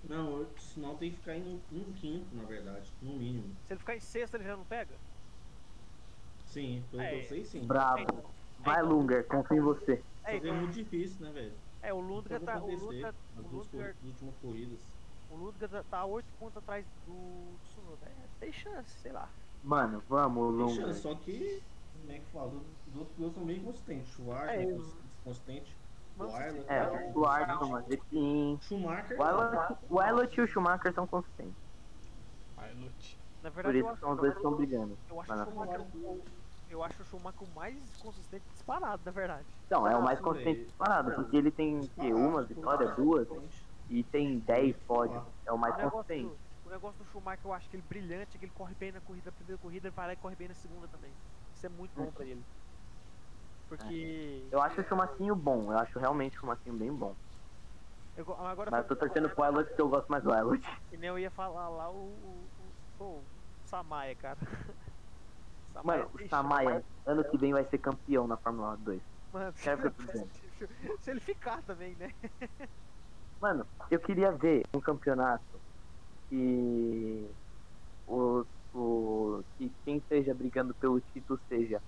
D: Não, eu- senão tem que ficar em um, um quinto, na verdade, no mínimo.
C: Se ele ficar em sexto, ele já não pega?
D: Sim, pelo que
C: É.
D: eu sei, sim.
C: É,
A: Bravo.
C: então.
A: Tá Vai, Lunger, confio em você.
D: Só
C: É,
D: que é
C: então.
D: muito difícil, né, velho?
C: É, o
D: Isso
C: Lundgaard tá.
D: não
C: O
D: acontecer
C: Lundgaard, o
D: As duas
C: Lundgaard,
D: cor- últimas corridas.
C: o Lundgaard tá 8 pontos atrás do Tsunoda. É, tem chance, sei lá.
A: Mano, vamos,
D: Tem chance,
A: Lunger.
D: só que, como é que fala? Os outros dois são bem consistentes. O
C: É,
D: Arno é
C: eu-
D: cons- consistente. O
C: Vamos
D: Arno-
C: assistir.
A: É,
D: Arno-
A: o Arnold, mano, sim.
D: Schumacher. é
A: O Elliot- O Elliot e o Schumacher são consistentes. Por
C: Na verdade, eu
A: isso
C: acho,
A: que são os dois né? que estão brigando.
C: eu acho
A: Vai
C: o
A: lá.
C: Schumacher o- eu acho o Schumacher o mais consistente disparado, na verdade.
A: Então, é o mais
D: Ah,
A: consistente
D: velho.
A: disparado,
C: é.
A: porque ele tem o quê? uma vitória, duas, e tem 10 pódios. É o mais
C: O negócio,
A: consistente.
C: do, o negócio do Schumacher, eu acho que ele é brilhante, que ele corre bem na corrida, na primeira corrida, ele vai lá e corre bem na segunda também. Isso é muito bom pra ele. Porque.
A: Eu acho o Chumacinho bom, eu acho realmente o Chumacinho bem bom.
C: eu go- agora
A: Mas eu tô torcendo pro Elliot porque eu gosto mais do Elliot.
C: Que nem eu ia falar lá o. o, o, pô, o Samaya, cara. Samaya
A: Mano, o
C: tem
A: Samaya,
C: chance,
A: ano que vem vai ser campeão na Fórmula 2.
C: mano.
A: quero ver tudo bem.
C: Se ele ficar também, né?
A: Mano, eu queria ver um campeonato que, o, o, que quem esteja brigando pelo título seja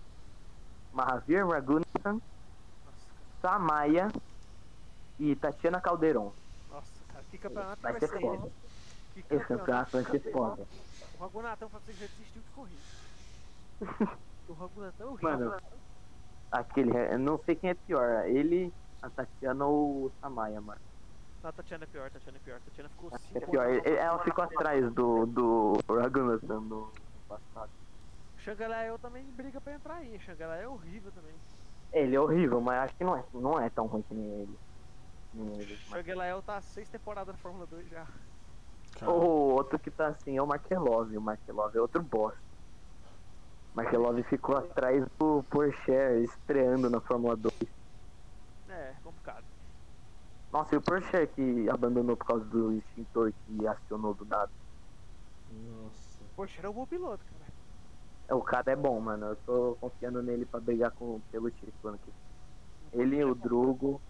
A: Mahavir Raghunathan,
C: Nossa, cara.
A: Samaya e Tatiana Calderon.
C: Nossa, cara, que campeonato
A: Vai
C: que
A: ser
C: vai ser
A: foda.
C: esse? Que
A: Esse é campeonato vai ser foda.
C: O Ragunatão falou que já desistiu de corrida. o Ragunatão é horrível.
A: Mano, Aquele, eu não sei quem é pior, ele, a Tatiana ou o Samaya, mano.
C: Não, a Tatiana é pior, a Tatiana é pior. A Tatiana ficou
A: Acho que
C: cinco
A: é pior.
C: anos-
A: Ele- Ela ficou atrás do, do Raghunathan no passado.
C: Shangelael também briga pra entrar aí. Shangelael é horrível também.
A: Ele é horrível, mas acho que não é, não é tão ruim que nem ele. Nem ele, mas-
C: Shangelael tá seis temporadas na Fórmula 2 já.
B: Cara,
A: O outro que tá assim é o Markelov. O Markelov é outro bosta. Markelov ficou atrás do Porsche estreando na Fórmula 2.
C: É, complicado.
A: Nossa, e o Porsche que abandonou por causa do extintor que acionou do dado.
D: Nossa.
C: Poxa, era um bom piloto, cara.
A: É, O cara é bom, mano. Eu tô confiando nele pra brigar com, pelo título ano que vem. Ele, o Drogo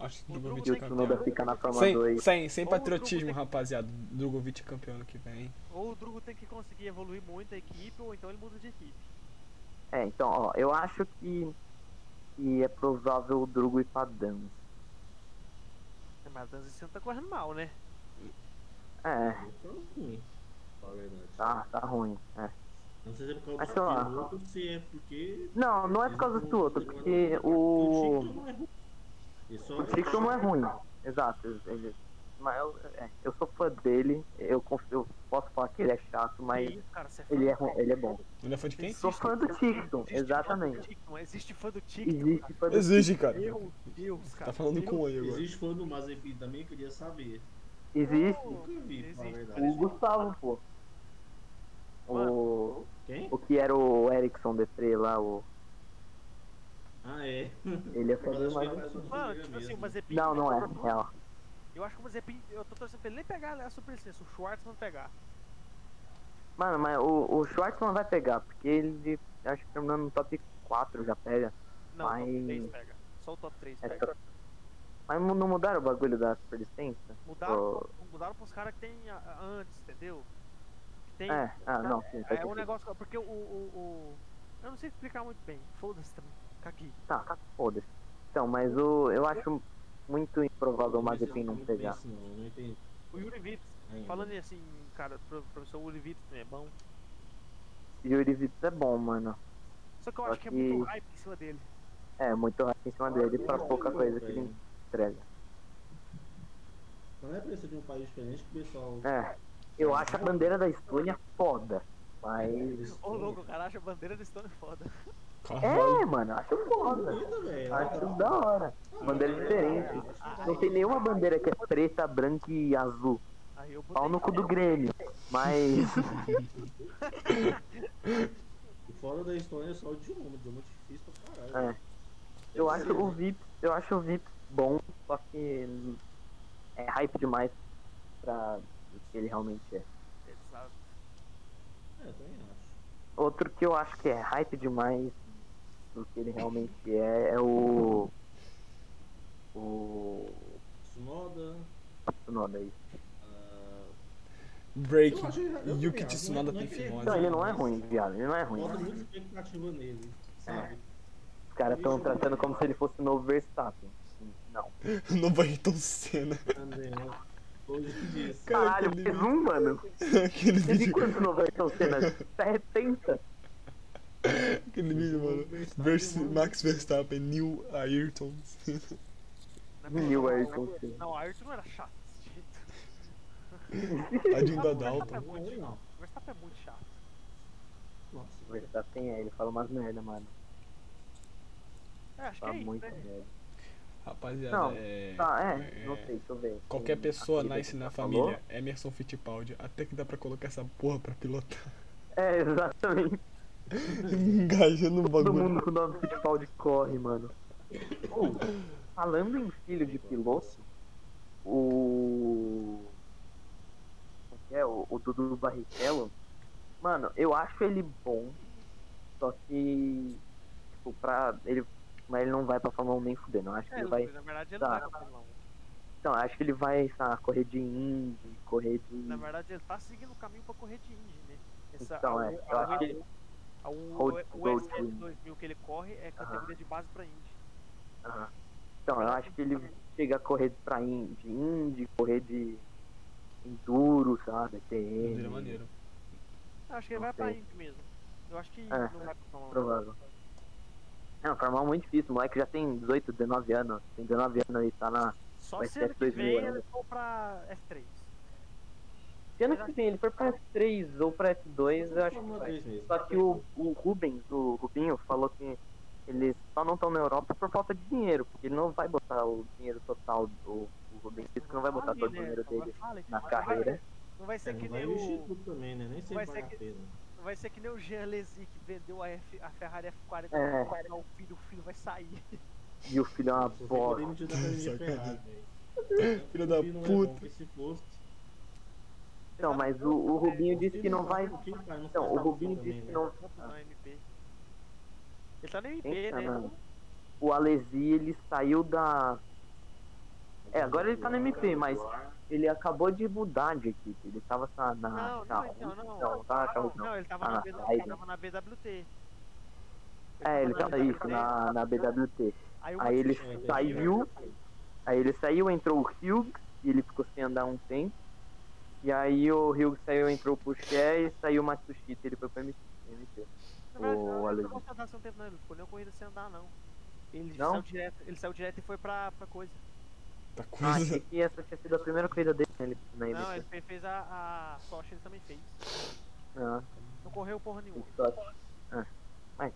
B: acho que o
C: O Drogo
B: Drogovic
A: e
B: é
A: o Tsunoda
B: campeão.
A: fica na Fórmula
B: Sem,
A: 2.
B: sem, sem
C: Ou o
B: patriotismo,
C: Drogo-
B: rapaziada. Drogovic é campeão ano que vem.
C: Ou o Drugo tem que conseguir evoluir muito a equipe, ou então ele muda de equipe.
A: É, então, ó, eu acho que, que é provável o Drogo ir pra Dança.
C: É, Mas a Danzicino tá correndo mal, né?
A: É,
D: Então, ruim. Fala a verdade.
A: tá, tá ruim. é.
D: Não sei se é por causa
A: Mas
D: do
A: sei lá.
D: piloto, se é porque.
A: Não, não é por causa do outro, porque o.
D: O Chico não é ruim. Ele só-
A: O Tico não é ruim, exato. Ele, mas eu, é, eu sou fã dele, eu, confio- eu posso falar que ele é chato, mas
C: Que isso, cara, você é fã
A: ele é,
C: do-
A: ruim- ele é bom.
B: Ele é fã de quem?
A: Sou fã do Tico,
C: Existe fã do
A: exatamente.
C: Tickton, Existe fã do Tickton,
A: Existe
C: cara.
A: fã do
B: Exige, cara.
C: Meu Deus, cara.
B: Tá falando
C: Meu
B: com ele agora.
D: Existe fã do Mazepin também, queria saber.
A: Existe
D: Nunca vi, fala
C: Existe.
D: a
A: o
D: verdade.
A: Gustavo, pô. O,
D: Quem?
A: o que era o Erickson Depre lá, o,
D: Ah, é.
A: ele é fã
D: Mas
A: do
D: acho que ele
A: mais.
D: vai subir
C: Mano,
D: mesmo.
C: tipo assim, o Mazepin.
A: Não, não é,
C: Eu,
A: real.
C: acho que o Mazepin. Eu tô torcendo pra ele nem pegar né, a Super Sense, o Schwartzman pegar.
A: Mano, mas o, o Schwartzman vai pegar, porque ele, acho que terminando no top 4 já pega.
C: Não, o top
A: Mas-
C: 3 pega. Só o top 3
A: É
C: pega.
A: top- Mas não mudaram o bagulho da superlicença?
C: Mudaram,
A: Ô.
C: mudaram pros caras que tem a- a- antes, entendeu? Tem,
A: É, ah, não, sim, faz
C: é um
A: sentido.
C: negócio. Porque o, o, o- Eu não sei explicar muito bem. Foda-se também. Caguei.
A: Tá, foda-se. Então, mas o, eu acho muito improvável o Mazepin não
D: Muito
C: é
D: bem
A: pegar.
D: isso Não, eu não entendi
C: O Yuri Vips,
D: ainda.
C: falando assim, cara, pro- professor o Yuri Vips também é bom.
A: Yuri Vips é bom, mano.
C: Só que eu
A: Só
C: acho que é
A: que-
C: muito hype em cima dele.
A: É, muito hype em cima dele pra pouca coisa que ele entrega.
D: Não é pra ser de um país diferente que o pessoal.
A: É, eu acho a bandeira da Estônia foda. Mas.
D: Eles-
C: Ô louco, o cara acha a bandeira da Estônia foda.
B: Caralho.
A: É, mano, acho foda.
D: Bonita, velho. Ah,
A: Acho da hora. Bandeira diferente. Não tem nenhuma bandeira que é preta, branca e azul.
C: Aí eu botei.
A: Pau no cu do Grêmio. Mas.
D: Fora da Estônia é só o idioma, o idioma é difícil pra caralho.
A: É. Eu acho o VIP, eu acho o VIP bom, só que é hype demais pra o que ele realmente é.
C: Exato.
D: É, eu também acho.
A: Outro que eu acho que é hype demais do que ele realmente é é o. O.
D: Tsunoda.
A: O nome aí.
D: ah,
B: Break.
D: eu acho ele- eu também
B: Yuki
D: acho,
B: Tsunoda
D: não é
B: tem
D: que-
B: fimose.
A: Não, ele não é ruim, viado. Ele não é ruim. É.
D: Bota muita expectativa nele, sabe?
A: Os caras estão tratando como se ele fosse o novo Verstappen. Não.
B: Novo Ayrton Senna.
D: Também, ó. Hoje que diz.
B: Cara,
A: Caralho,
B: aquele,
A: fez um, mano.
B: aquele
A: Desde
B: vídeo.
A: quando o novo Ayrton Senna? 70?
B: Aquele vídeo, mano. Vers- Max Verstappen, New Ayrton Senna.
C: Na minha
A: Mil
C: opinião,
A: Ayrton Senna.
C: né, Não, o Ayrton não era chato desse jeito.
B: Tadinho da
C: O Verstappen é
B: Tá Dalton.
C: muito chato. O Verstappen é muito chato.
D: Nossa,
A: O
D: velho.
A: Verstappen é, ele fala umas merda, mano.
C: É, acho
A: Fala
C: que é isso,
A: Tá muito
C: né?
A: merda.
B: Rapaziada,
A: Não,
B: é.
A: Tá, é, não sei, tá deixa eu ver.
B: Qualquer
A: Tem
B: pessoa
A: aquele
B: nasce
A: que
B: na
A: você falou.
B: família Emerson Fittipaldi. Até que dá pra colocar essa porra pra pilotar.
A: É, exatamente.
B: Engajando no
A: Todo
B: bagulho.
A: mundo com o nome Fittipaldi corre, mano. Ou, falando em filho de piloto, o. como que É, o, o Dudu Barrichello, mano, eu acho ele bom, só que. Tipo, pra. Ele, mas ele não vai pra Fórmula 1 nem fuder, não. Acho que
C: É,
A: ele vai
C: na verdade ele
A: Tá.
C: não vai pra Fórmula 1.
A: Então, acho que ele vai, sei lá, correr de Indy, correr de.
C: Na verdade, ele tá seguindo o caminho pra correr de Indy, né? Essa,
A: Então,
C: a-
A: é,
C: a-
A: eu acho
C: a-
A: que-
C: a- o
A: Road-
C: o
A: Road
C: SF
A: Win.
C: 2000 que ele corre é categoria de base pra Indy.
A: Aham. Então, eu acho que ele chega a correr pra in- de Indy, correr de Enduro, sabe?
D: é
B: Maneiro,
A: TN.
B: maneiro.
C: Eu acho que ele
A: Não
C: vai pra
A: sei.
C: Indy mesmo. Eu acho que
A: É,
C: não vai pra Fórmula 1.
A: Provável. Não, Fórmula 1 é muito difícil. O moleque já tem 18, 19 anos. Tem 19 anos e tá na.
C: Só
A: Vai
C: se
A: ser
C: ele que
A: 2000
C: vem
A: ainda.
C: ele for pra F3.
A: Se ano que vem ele for pra F3 ou pra F2, eu acho que
D: Fórmula
A: vai.
D: 3 mesmo.
A: Só que o, o Rubens, o Rubinho, falou que eles só não estão na Europa por falta de dinheiro, porque ele não vai botar o dinheiro total do o Rubens, disse que não vai
C: Ah,
A: botar todo
C: né,
A: o dinheiro dele na carreira.
C: Não tá vai ser
D: É,
C: que
D: não
C: nem
D: vai investir
C: o.
D: tudo também, né? Nem
C: vai ser
D: sempre vale a
C: que-
D: pena.
A: Tá
C: Não vai ser que nem o Jean Lesi que vendeu a, F, a Ferrari F40
A: É.
C: pra comprar o filho, o filho vai sair.
A: E o filho é uma
D: Só ficou
A: bosta.
D: demitido da academia
B: Sacanagem.
D: Ferrari, velho.
B: é Filho da
D: Não é bom,
B: puta.
D: porque se fosse-
A: Não, mas o, o Rubinho disse que não vai.
D: Por que, cara? Não
A: Então,
D: faz
A: o
D: nada
A: Rubinho
D: também,
A: disse que
D: né?
A: não.
C: Não, não, MP. Ele tá no MP,
A: Quem tá
C: né?
A: na- O Alesi, ele saiu da. É, agora ele tá no MP, mas ele acabou de mudar de equipe. Ele tava na. na
C: Não,
A: na-
C: não, então, não.
A: Não, tá,
C: Ah,
A: calma,
C: não,
A: não.
C: ele tava,
A: Ah,
C: na, B-
A: aí-
C: ele tava na BWT.
A: É, ele tava isso, na, na BWT.
C: Aí, o
A: Aí ele
D: Não, entendi.
A: saiu. Aí ele saiu, entrou o Hughes, e ele ficou sem andar um tempo. E aí o Hughes saiu, entrou o Puché e saiu o Matsushita, ele foi pro MT.
C: Na verdade,
A: o
C: não, ele
A: Alex.
C: não ficou sem um tempo, não. Ele não ficou nem uma corrida sem andar, não. Ele,
A: Não?
C: Saiu direto, ele saiu direto e foi pra, pra coisa.
B: Tá
A: Ah, achei
B: coisa.
A: que essa tinha sido a primeira corrida dele na MT. Na
C: Não, ele
A: MT.
C: fe- fez a, a Sochi, ele também fez.
A: Ah,
C: Não correu porra nenhuma.
A: isso, acho. Ah, Mas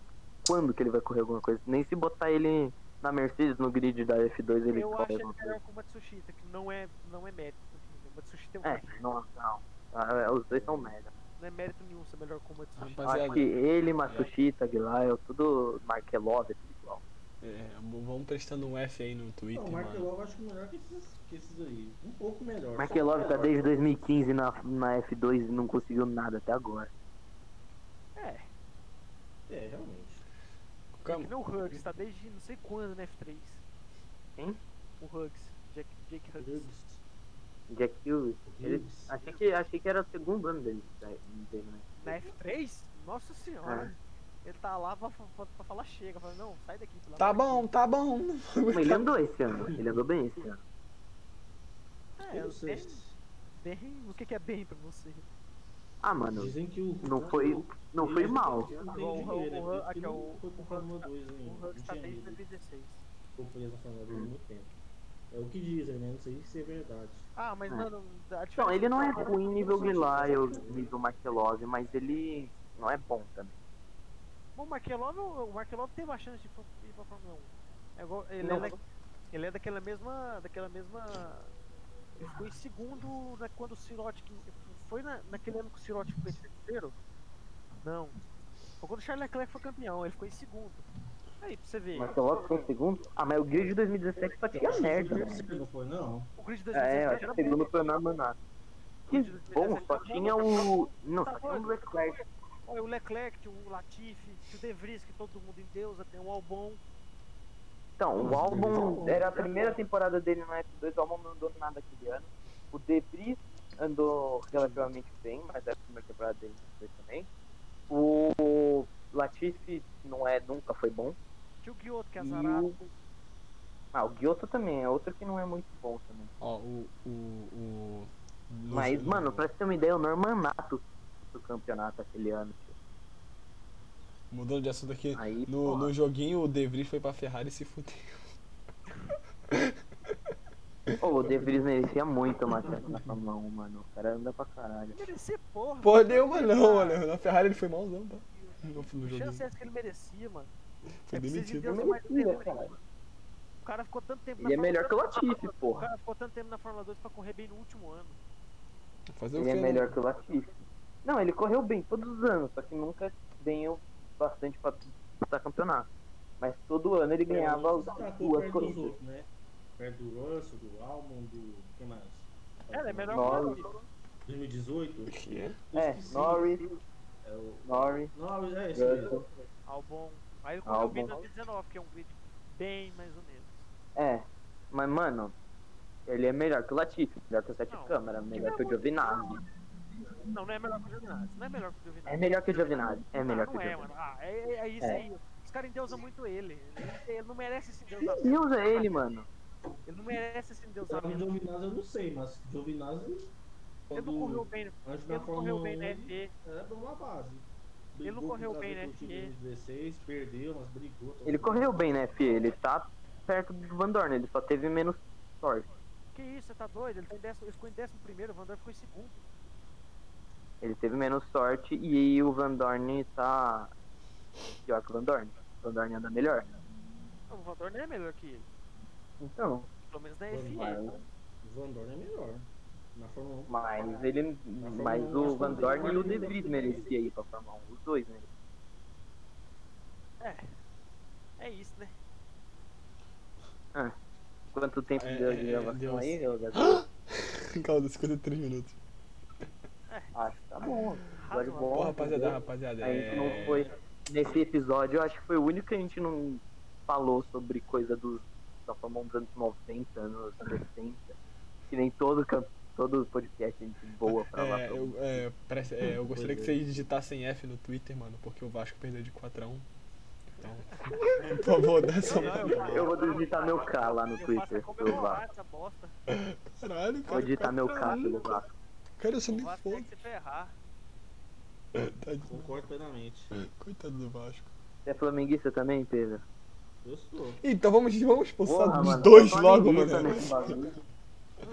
A: quando que ele vai correr alguma coisa? Nem se botar ele na Mercedes, no grid da F2, ele
C: Eu
A: corre
C: acho ele
A: alguma coisa.
C: melhor que o Matsushita, que não é, não é mérito. entendeu? O Matsushita é um
A: É, não, não. Ah, é, Os dois são merda.
C: Não é mérito nenhum ser melhor que o Matsushita.
A: Eu acho
B: Rapaziada,
A: que ele, Matsushita, Guilaio, tudo Markelov, tudo igual.
B: é, vamos prestando um F aí no Twitter,
D: Não, o Mark
B: mano.
D: Love eu acho que melhor que esses, que esses aí. Um pouco melhor. É,
A: Markelov
D: Só
A: tá
D: melhor.
A: desde 2015 na, na F2 e não conseguiu nada até agora.
C: É,
D: É, realmente.
C: que
B: Calma.
C: nem o Hugs, tá desde não sei quando na F3.
A: Quem?
C: O Hugs, Jake, Jake Hugs.
D: Hughes.
A: Jack Hughes. Ele-
D: Hughes.
A: Achei que, achei que era o segundo ano dele. dele né?
C: Na F3? Nossa senhora.
A: É.
C: Ele tá lá pra, pra- pra falar chega. Fala, não, sai daqui. pelo
B: Tá
C: amor de
B: bom, tá bom.
A: Mas ele andou esse ano. Ele andou bem esse ano.
C: Deus."
D: Eu não
C: É,
D: sei.
C: bem, bem- o que, que é bem pra você?
A: Ah, mano.
D: Dizem que o
A: Não foi- Não foi mal.
D: Não tem
C: Igual o-
D: dinheiro, é
C: o-
D: por isso
C: aqui,
D: que
C: ó,
D: não foi
C: o-
D: pra
C: o-
D: Fórmula 2 ainda.
C: O
D: não
C: Hugs tá
D: tinha
C: desde
D: ainda.
C: 2016.
D: Ficou preso na Fórmula 2 há muito tempo. É o que dizem, né? Não sei se é verdade.
C: Ah, mas
A: É.
C: mano, a
A: Não,
C: diferença-
A: ele não é ruim nível Guilherme, nível Markelov, mas ele não é bom também.
C: Bom, O Markelov, o Markelov teve a chance de ir pra, ir pra Fórmula 1. É igual- ele,
A: Não.
C: é da- ele é daquela mesma. Daquela mesma. Ele ficou em segundo na, quando o Sirote. Foi na, naquele ano que o Sirote ficou em terceiro? Não. Foi quando o Charles Leclerc foi campeão, ele ficou em segundo. Aí, pra você ver.
A: Markelov ficou em segundo? Ah, mas o grid de 2017 só tinha merda, né?
D: Você não foi, não?
C: O grid de
A: É, eu
C: 2017
A: acho que
C: era
A: o
C: bom.
A: segundo foi o Namaná. Que bom, só tinha o. Não, só tinha o Leclerc.
C: Olha, o Leclerc, tinha o Latifi, tinha o De Vries, que todo mundo endeusa, tem o Albon.
A: Então, o Albon era a primeira temporada dele na F2, o Albon não andou nada aquele ano. O Debris andou relativamente bem, mas é a primeira temporada dele na F2 também. O Latifi não é, nunca foi bom.
C: Tinha o Guiotto, que é
A: E
C: azarado.
A: o- Ah, o Giotto também, é outro que não é muito bom também.
B: Ó, o. o, o...
A: Mas,
B: no-
A: mano, pra você ter uma ideia, o Normanato do campeonato aquele ano. tipo. tio.
B: Mudando de assunto aqui.
A: Aí,
B: No,
A: porra.
B: no joguinho, o De Vries foi pra Ferrari e se fudeu.
A: Pô, o De Vries merecia muito uma chance na Fórmula 1, mano. O cara anda pra caralho.
C: Merecer porra.
B: Pô, nenhuma
C: tá-
B: não, mano. Na Ferrari ele foi malzão, tá? No, no
C: Que chance
B: joguinho.
C: é essa que ele merecia, mano?
B: Foi
C: é preciso de
B: demitido.
C: Deus
A: Não
C: e mais
A: merecia,
C: ninguém,
A: cara.
C: mano. O cara ficou tanto tempo na
A: Ele é
C: Fórmula
A: melhor que o
C: 2,
A: Latifi,
C: O
A: porra.
C: cara ficou tanto tempo na Fórmula 2 pra correr bem no último ano.
B: Fazer o
A: Ele
B: quê,
A: é
B: né?
A: melhor que o Latifi. Não, ele correu bem todos os anos, só que nunca ganhou bastante pra disputar campeonato. Mas todo ano
D: É,
A: ele ganhava
D: Pelo menos destacou
A: É, duas
D: perto dos
A: corridas.
D: outros, né? Perto do Russell, do Almond, do. Quem mais?
C: Ela é melhor
A: Norris.
C: que o Latifi.
D: 2018?
B: Que é?
D: Eu
A: É,
D: esqueci.
A: Norris,
D: É o.
A: Norris,
D: Norris, é esse mesmo.
A: Russell.
C: Albon. Aí ele correu bem em
A: Albon.
C: 2019, que é um grid bem mais ou menos.
A: É, mas, mano, ele é melhor que o Latifi, melhor que o Sete
C: Não. é,
A: Câmara, melhor que o Giovinazzi.
C: Não, não é melhor que o Giovinazzi. Não é melhor que o Giovinazzi.
A: É melhor que o Giovinazzi, é melhor
C: ah,
A: que o
C: não é,
A: Giovinazzi.
C: mano. Ah, é, é isso
A: É.
C: aí. Os caras endeusam muito ele. Ele- Ele não merece esse
A: Que
C: endeusamento.
A: Deus é ele, mano?
C: Ele não merece esse
D: Sabe o
C: endeusamento.
D: Giovinazzi eu não sei, mas o Giovinazzi.
C: Ele não correu bem,
D: Antes
C: ele
D: da
C: não
D: Fórmula
C: correu
D: 1,
C: bem na
D: ele
C: FE.
D: era pra uma base.
C: Ele não
D: Brigou com o
C: correu
D: Brasil
C: bem né, na
D: pelo título
C: FE.
D: em 2016, perdeu, mas brigou. todo
A: Ele
D: mundo.
A: correu bem na F, ele tá perto do Van Dorn, ele só teve menos sorte.
C: Que isso, você tá doido? Ele, tá em décimo, ele ficou em décimo primeiro, o Van Dorn ficou em segundo.
A: Ele teve menos sorte e o Van Dorn tá pior que o Van Dorn. O Van Dorn anda melhor.
C: Não, o Van Dorn não é melhor que ele.
A: Então,
C: Pelo menos na
D: Van
C: FE.
D: Dorn- né? Van Dorn é melhor. Na Fórmula 1.
A: mas ele. Mas o Van Dorn e o De Vries mereciam ir pra Fórmula 1. Os dois, né?
C: É isso, né?
A: Quanto tempo
B: É,
A: deu
B: é,
A: de
B: é,
A: gravação
B: Deus.
A: aí, ô, Gabriel?
B: Calma, 53 minutos.
A: Acho que tá bom. Episódio
C: Razoável.
A: bom.
B: Pô, rapaziada, rapaziada.
A: A gente
B: é-
A: não foi. Nesse episódio, eu acho que foi o único que a gente não falou sobre coisa dos, da Fórmula 1 dos anos 90, anos 60. Que nem todo, camp- todo podcast a gente boa pra lá.
B: É,
A: pra-
B: eu, é, parece- é, eu gostaria que
D: Pois é.
B: vocês digitassem F no Twitter, mano, porque o Vasco perdeu de 4x1. Então, por favor, dá essa
C: Não,
B: moral.
A: Eu vou digitar meu K lá no
C: Eu faço é
A: Twitter. do
C: comemorar
A: Vasco.
C: essa bosta.
B: Caralho,
A: Vou
B: cara.
A: digitar meu K
B: caralho.
A: pelo Vasco.
B: Cara, eu sou
C: O
B: nem
C: Vasco é tem
B: foda.
C: que se ferrar.
B: Tadinho.
D: Concordo plenamente.
B: Coitado do Vasco.
A: Você é flamenguista também, Pedro?
D: Eu sou.
B: Então vamos, vamos expulsar
A: Porra,
B: os
A: mano,
B: dois
A: só
B: logo,
A: flamenguista
B: mano.
A: nesse bagulho.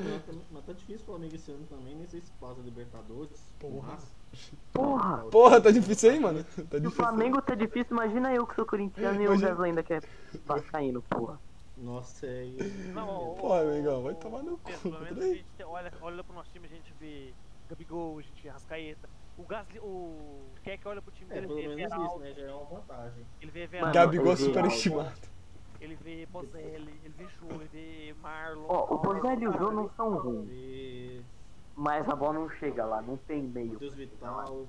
D: Não, Mas tá difícil o Flamengo esse ano também, nem sei se passa Libertadores.
B: Porra.
D: Mas,
A: Porra!
B: Porra, tá difícil aí, mano? Tá
A: Se o
B: difícil.
A: Flamengo tá difícil, imagina eu que sou corintiano e o
B: Imagina-
A: Gasol ainda que é vascaíno, porra.
D: nossa, é.
C: Não,
B: Pô, amigão, vai tomar no
C: Pedro,
B: cu,
C: Pelo menos
B: tudo
C: a
B: bem.
C: gente tem- olha, olha pro nosso time, a gente vê Gabigol, a gente vê Rascaeta. O Gasly, o Keck olha pro time
D: É,
C: dele,
D: pelo
C: vê
D: menos isso,
C: Veraldo,
D: né? Já é uma vantagem.
C: ele vê
A: Mano,
C: Veraldo,
B: Gabigol é
A: eu vi-
B: superestimado.
C: ele vê Bozelli, ele vê Ju, ele vê Marlon.
A: Ó, o Bozelli e o Jô não são ruins.
D: Ver.
A: Mas a bola não chega lá, não tem meio.
D: Matheus Vital.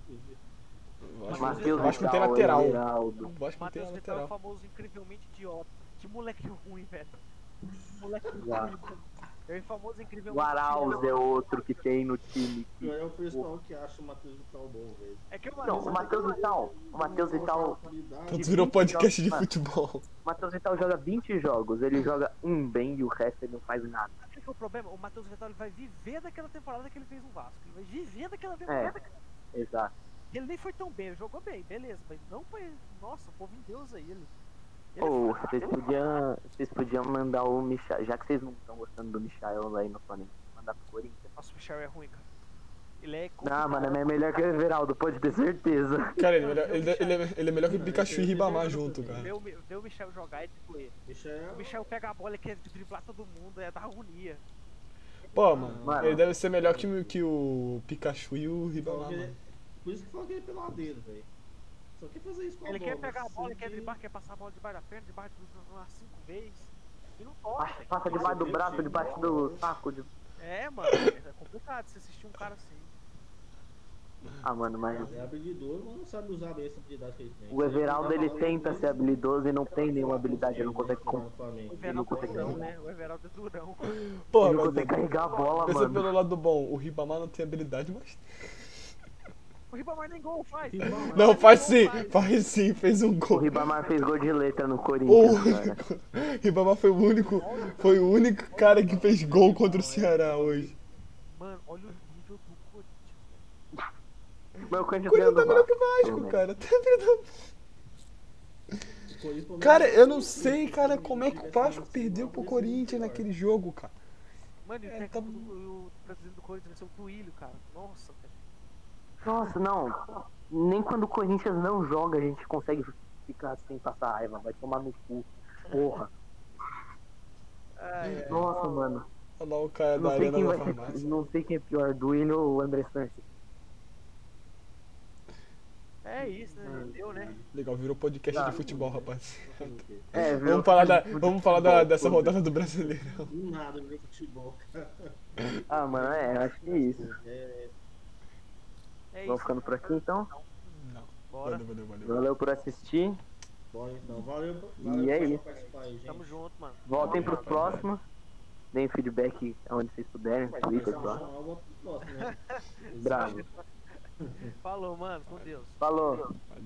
A: Matheus
B: Acho que não tem
A: Vidal,
B: lateral.
A: Everaldo.
B: O Vasco não tem a
C: Matheus Vital é o
B: lateral.
C: famoso incrivelmente idiota. Que moleque ruim, velho. Que Moleque ruim.
A: Já.
C: mano. É o famoso incrível.
A: O Arauz é outro que tem no time.
D: Pior É o pessoal que acha o Matheus Vital bom, velho.
C: É que o
A: Não, o Matheus Vital. O Matheus Vital.
B: Tanto virou podcast de futebol.
A: O Matheus Vital joga 20 jogos. Ele joga um bem e o resto ele não faz nada.
C: Sabe o que é o problema? O Matheus Vital ele vai viver daquela temporada que ele fez no Vasco. Ele vai viver
A: É.
C: daquela temporada. que
A: Exato.
C: Ele nem foi tão bem, ele jogou bem, beleza. Mas não foi. Nossa, o povo endeusa ele. Ele é
A: Ou vocês podiam. Vocês podiam mandar o Michael. Já que vocês não estão gostando do Michael lá aí no Flamengo, mandar pro Corinthians.
C: Nossa, o Michel é ruim, cara. Ele é.
A: Não,
C: complicado.
A: mano, é melhor que o Everaldo, pode ter certeza.
B: Cara, ele é melhor, ele, ele é, ele é melhor que Pikachu e Ribamar junto,
C: Vê
B: cara.
C: o, Mi- vê o Michel jogar e tipo ele.
D: Michel. é
C: O Michel pega a bola e quer driblar todo mundo, é da agonia.
B: Pô, mano,
A: Mano.
B: ele deve ser melhor que, o- que o Pikachu e o
C: é
B: Ribamar, mano.
D: né? Por isso que fala que ele é peladeiro, velho. Só quer fazer isso com a
C: Ele
D: bola.
C: quer pegar a
D: assim
C: bola, ele
D: que-
C: quer driblar, quer passar a bola debaixo da perna, debaixo do ar cinco vezes. E não
A: Passa-
C: pode.
A: Passa debaixo do braço, debaixo do saco. De...
C: É, mano, é complicado você assistir um cara assim.
A: Ah, mano, mas
D: É habilidoso, mas não sabe usar bem essa habilidade que ele tem.
A: o Everaldo ele tenta ser habilidoso e não tem
D: é
A: nenhuma habilidade, ele não consegue, com-
C: O
D: O
C: Everaldo é
A: consegue
C: durão,
A: não.
C: né? O Everaldo é durão.
B: Porra,
A: ele não
B: mas
A: consegue carregar a bola,
B: pensa pelo
A: mano.
B: lado bom, o Ribamar não tem habilidade, mas...
C: O Ribamar nem gol faz.
D: Ribamar.
B: Não, faz sim,
C: Nem gol
B: faz sim, fez um
A: O
B: gol.
A: Ribamar fez gol de letra no
B: O
A: Corinthians, cara.
B: único, Ribamar foi o único, foi o único cara que fez gol contra o Ceará hoje.
C: Mano, olha o nível do Corinthians.
A: Mas o
B: O
A: Corinthians ganhou
B: Corinthians tá
A: do
B: melhor que
A: Vasco.
B: o Vasco,
A: também.
B: cara. Tá melhor- Cara, eu não sei, cara, como é que o Vasco perdeu pro Corinthians naquele jogo, cara.
C: Mano, e o
B: É,
C: técnico
B: tá-
C: do- o presidente do Corinthians vai ser o Tuílio, cara. Nossa, velho.
A: Nossa, não. Nem quando o Corinthians não joga a gente consegue ficar sem passar raiva. Vai tomar no cu. Porra. Ah,
C: Ai, ai.
A: Nossa, mano.
B: Olha lá o cara da
A: Não sei,
B: Arena
A: quem
B: da
A: vai ser,
B: Farmácia.
A: não sei quem é pior, Duílio ou André Sanches.
C: É isso, né? Deu, né?
B: Legal, virou podcast
A: Tá.
B: de futebol, rapaz.
A: É, viu?
B: Vamos falar, da, vamos falar da- dessa rodada do Brasileirão.
D: Do nada, meu futebol, cara.
A: Ah, mano, é, acho que é isso.
D: É,
C: É
A: Vamos
C: isso.
A: ficando por aqui então.
B: Não,
C: Bora.
B: valeu, valeu, valeu.
A: Valeu por assistir.
D: bora então. Valeu,
A: E
D: valeu
A: é
D: por
A: isso.
D: participar aí, gente.
C: Tamo junto, mano.
A: Voltem pros próximos. Deem feedback aonde vocês puderem, no
D: é
A: Twitter, claro.
D: Chamar o outro próximo, né?
A: Bravo.
C: Falou, mano. Com Deus.
A: Falou.
B: Valeu.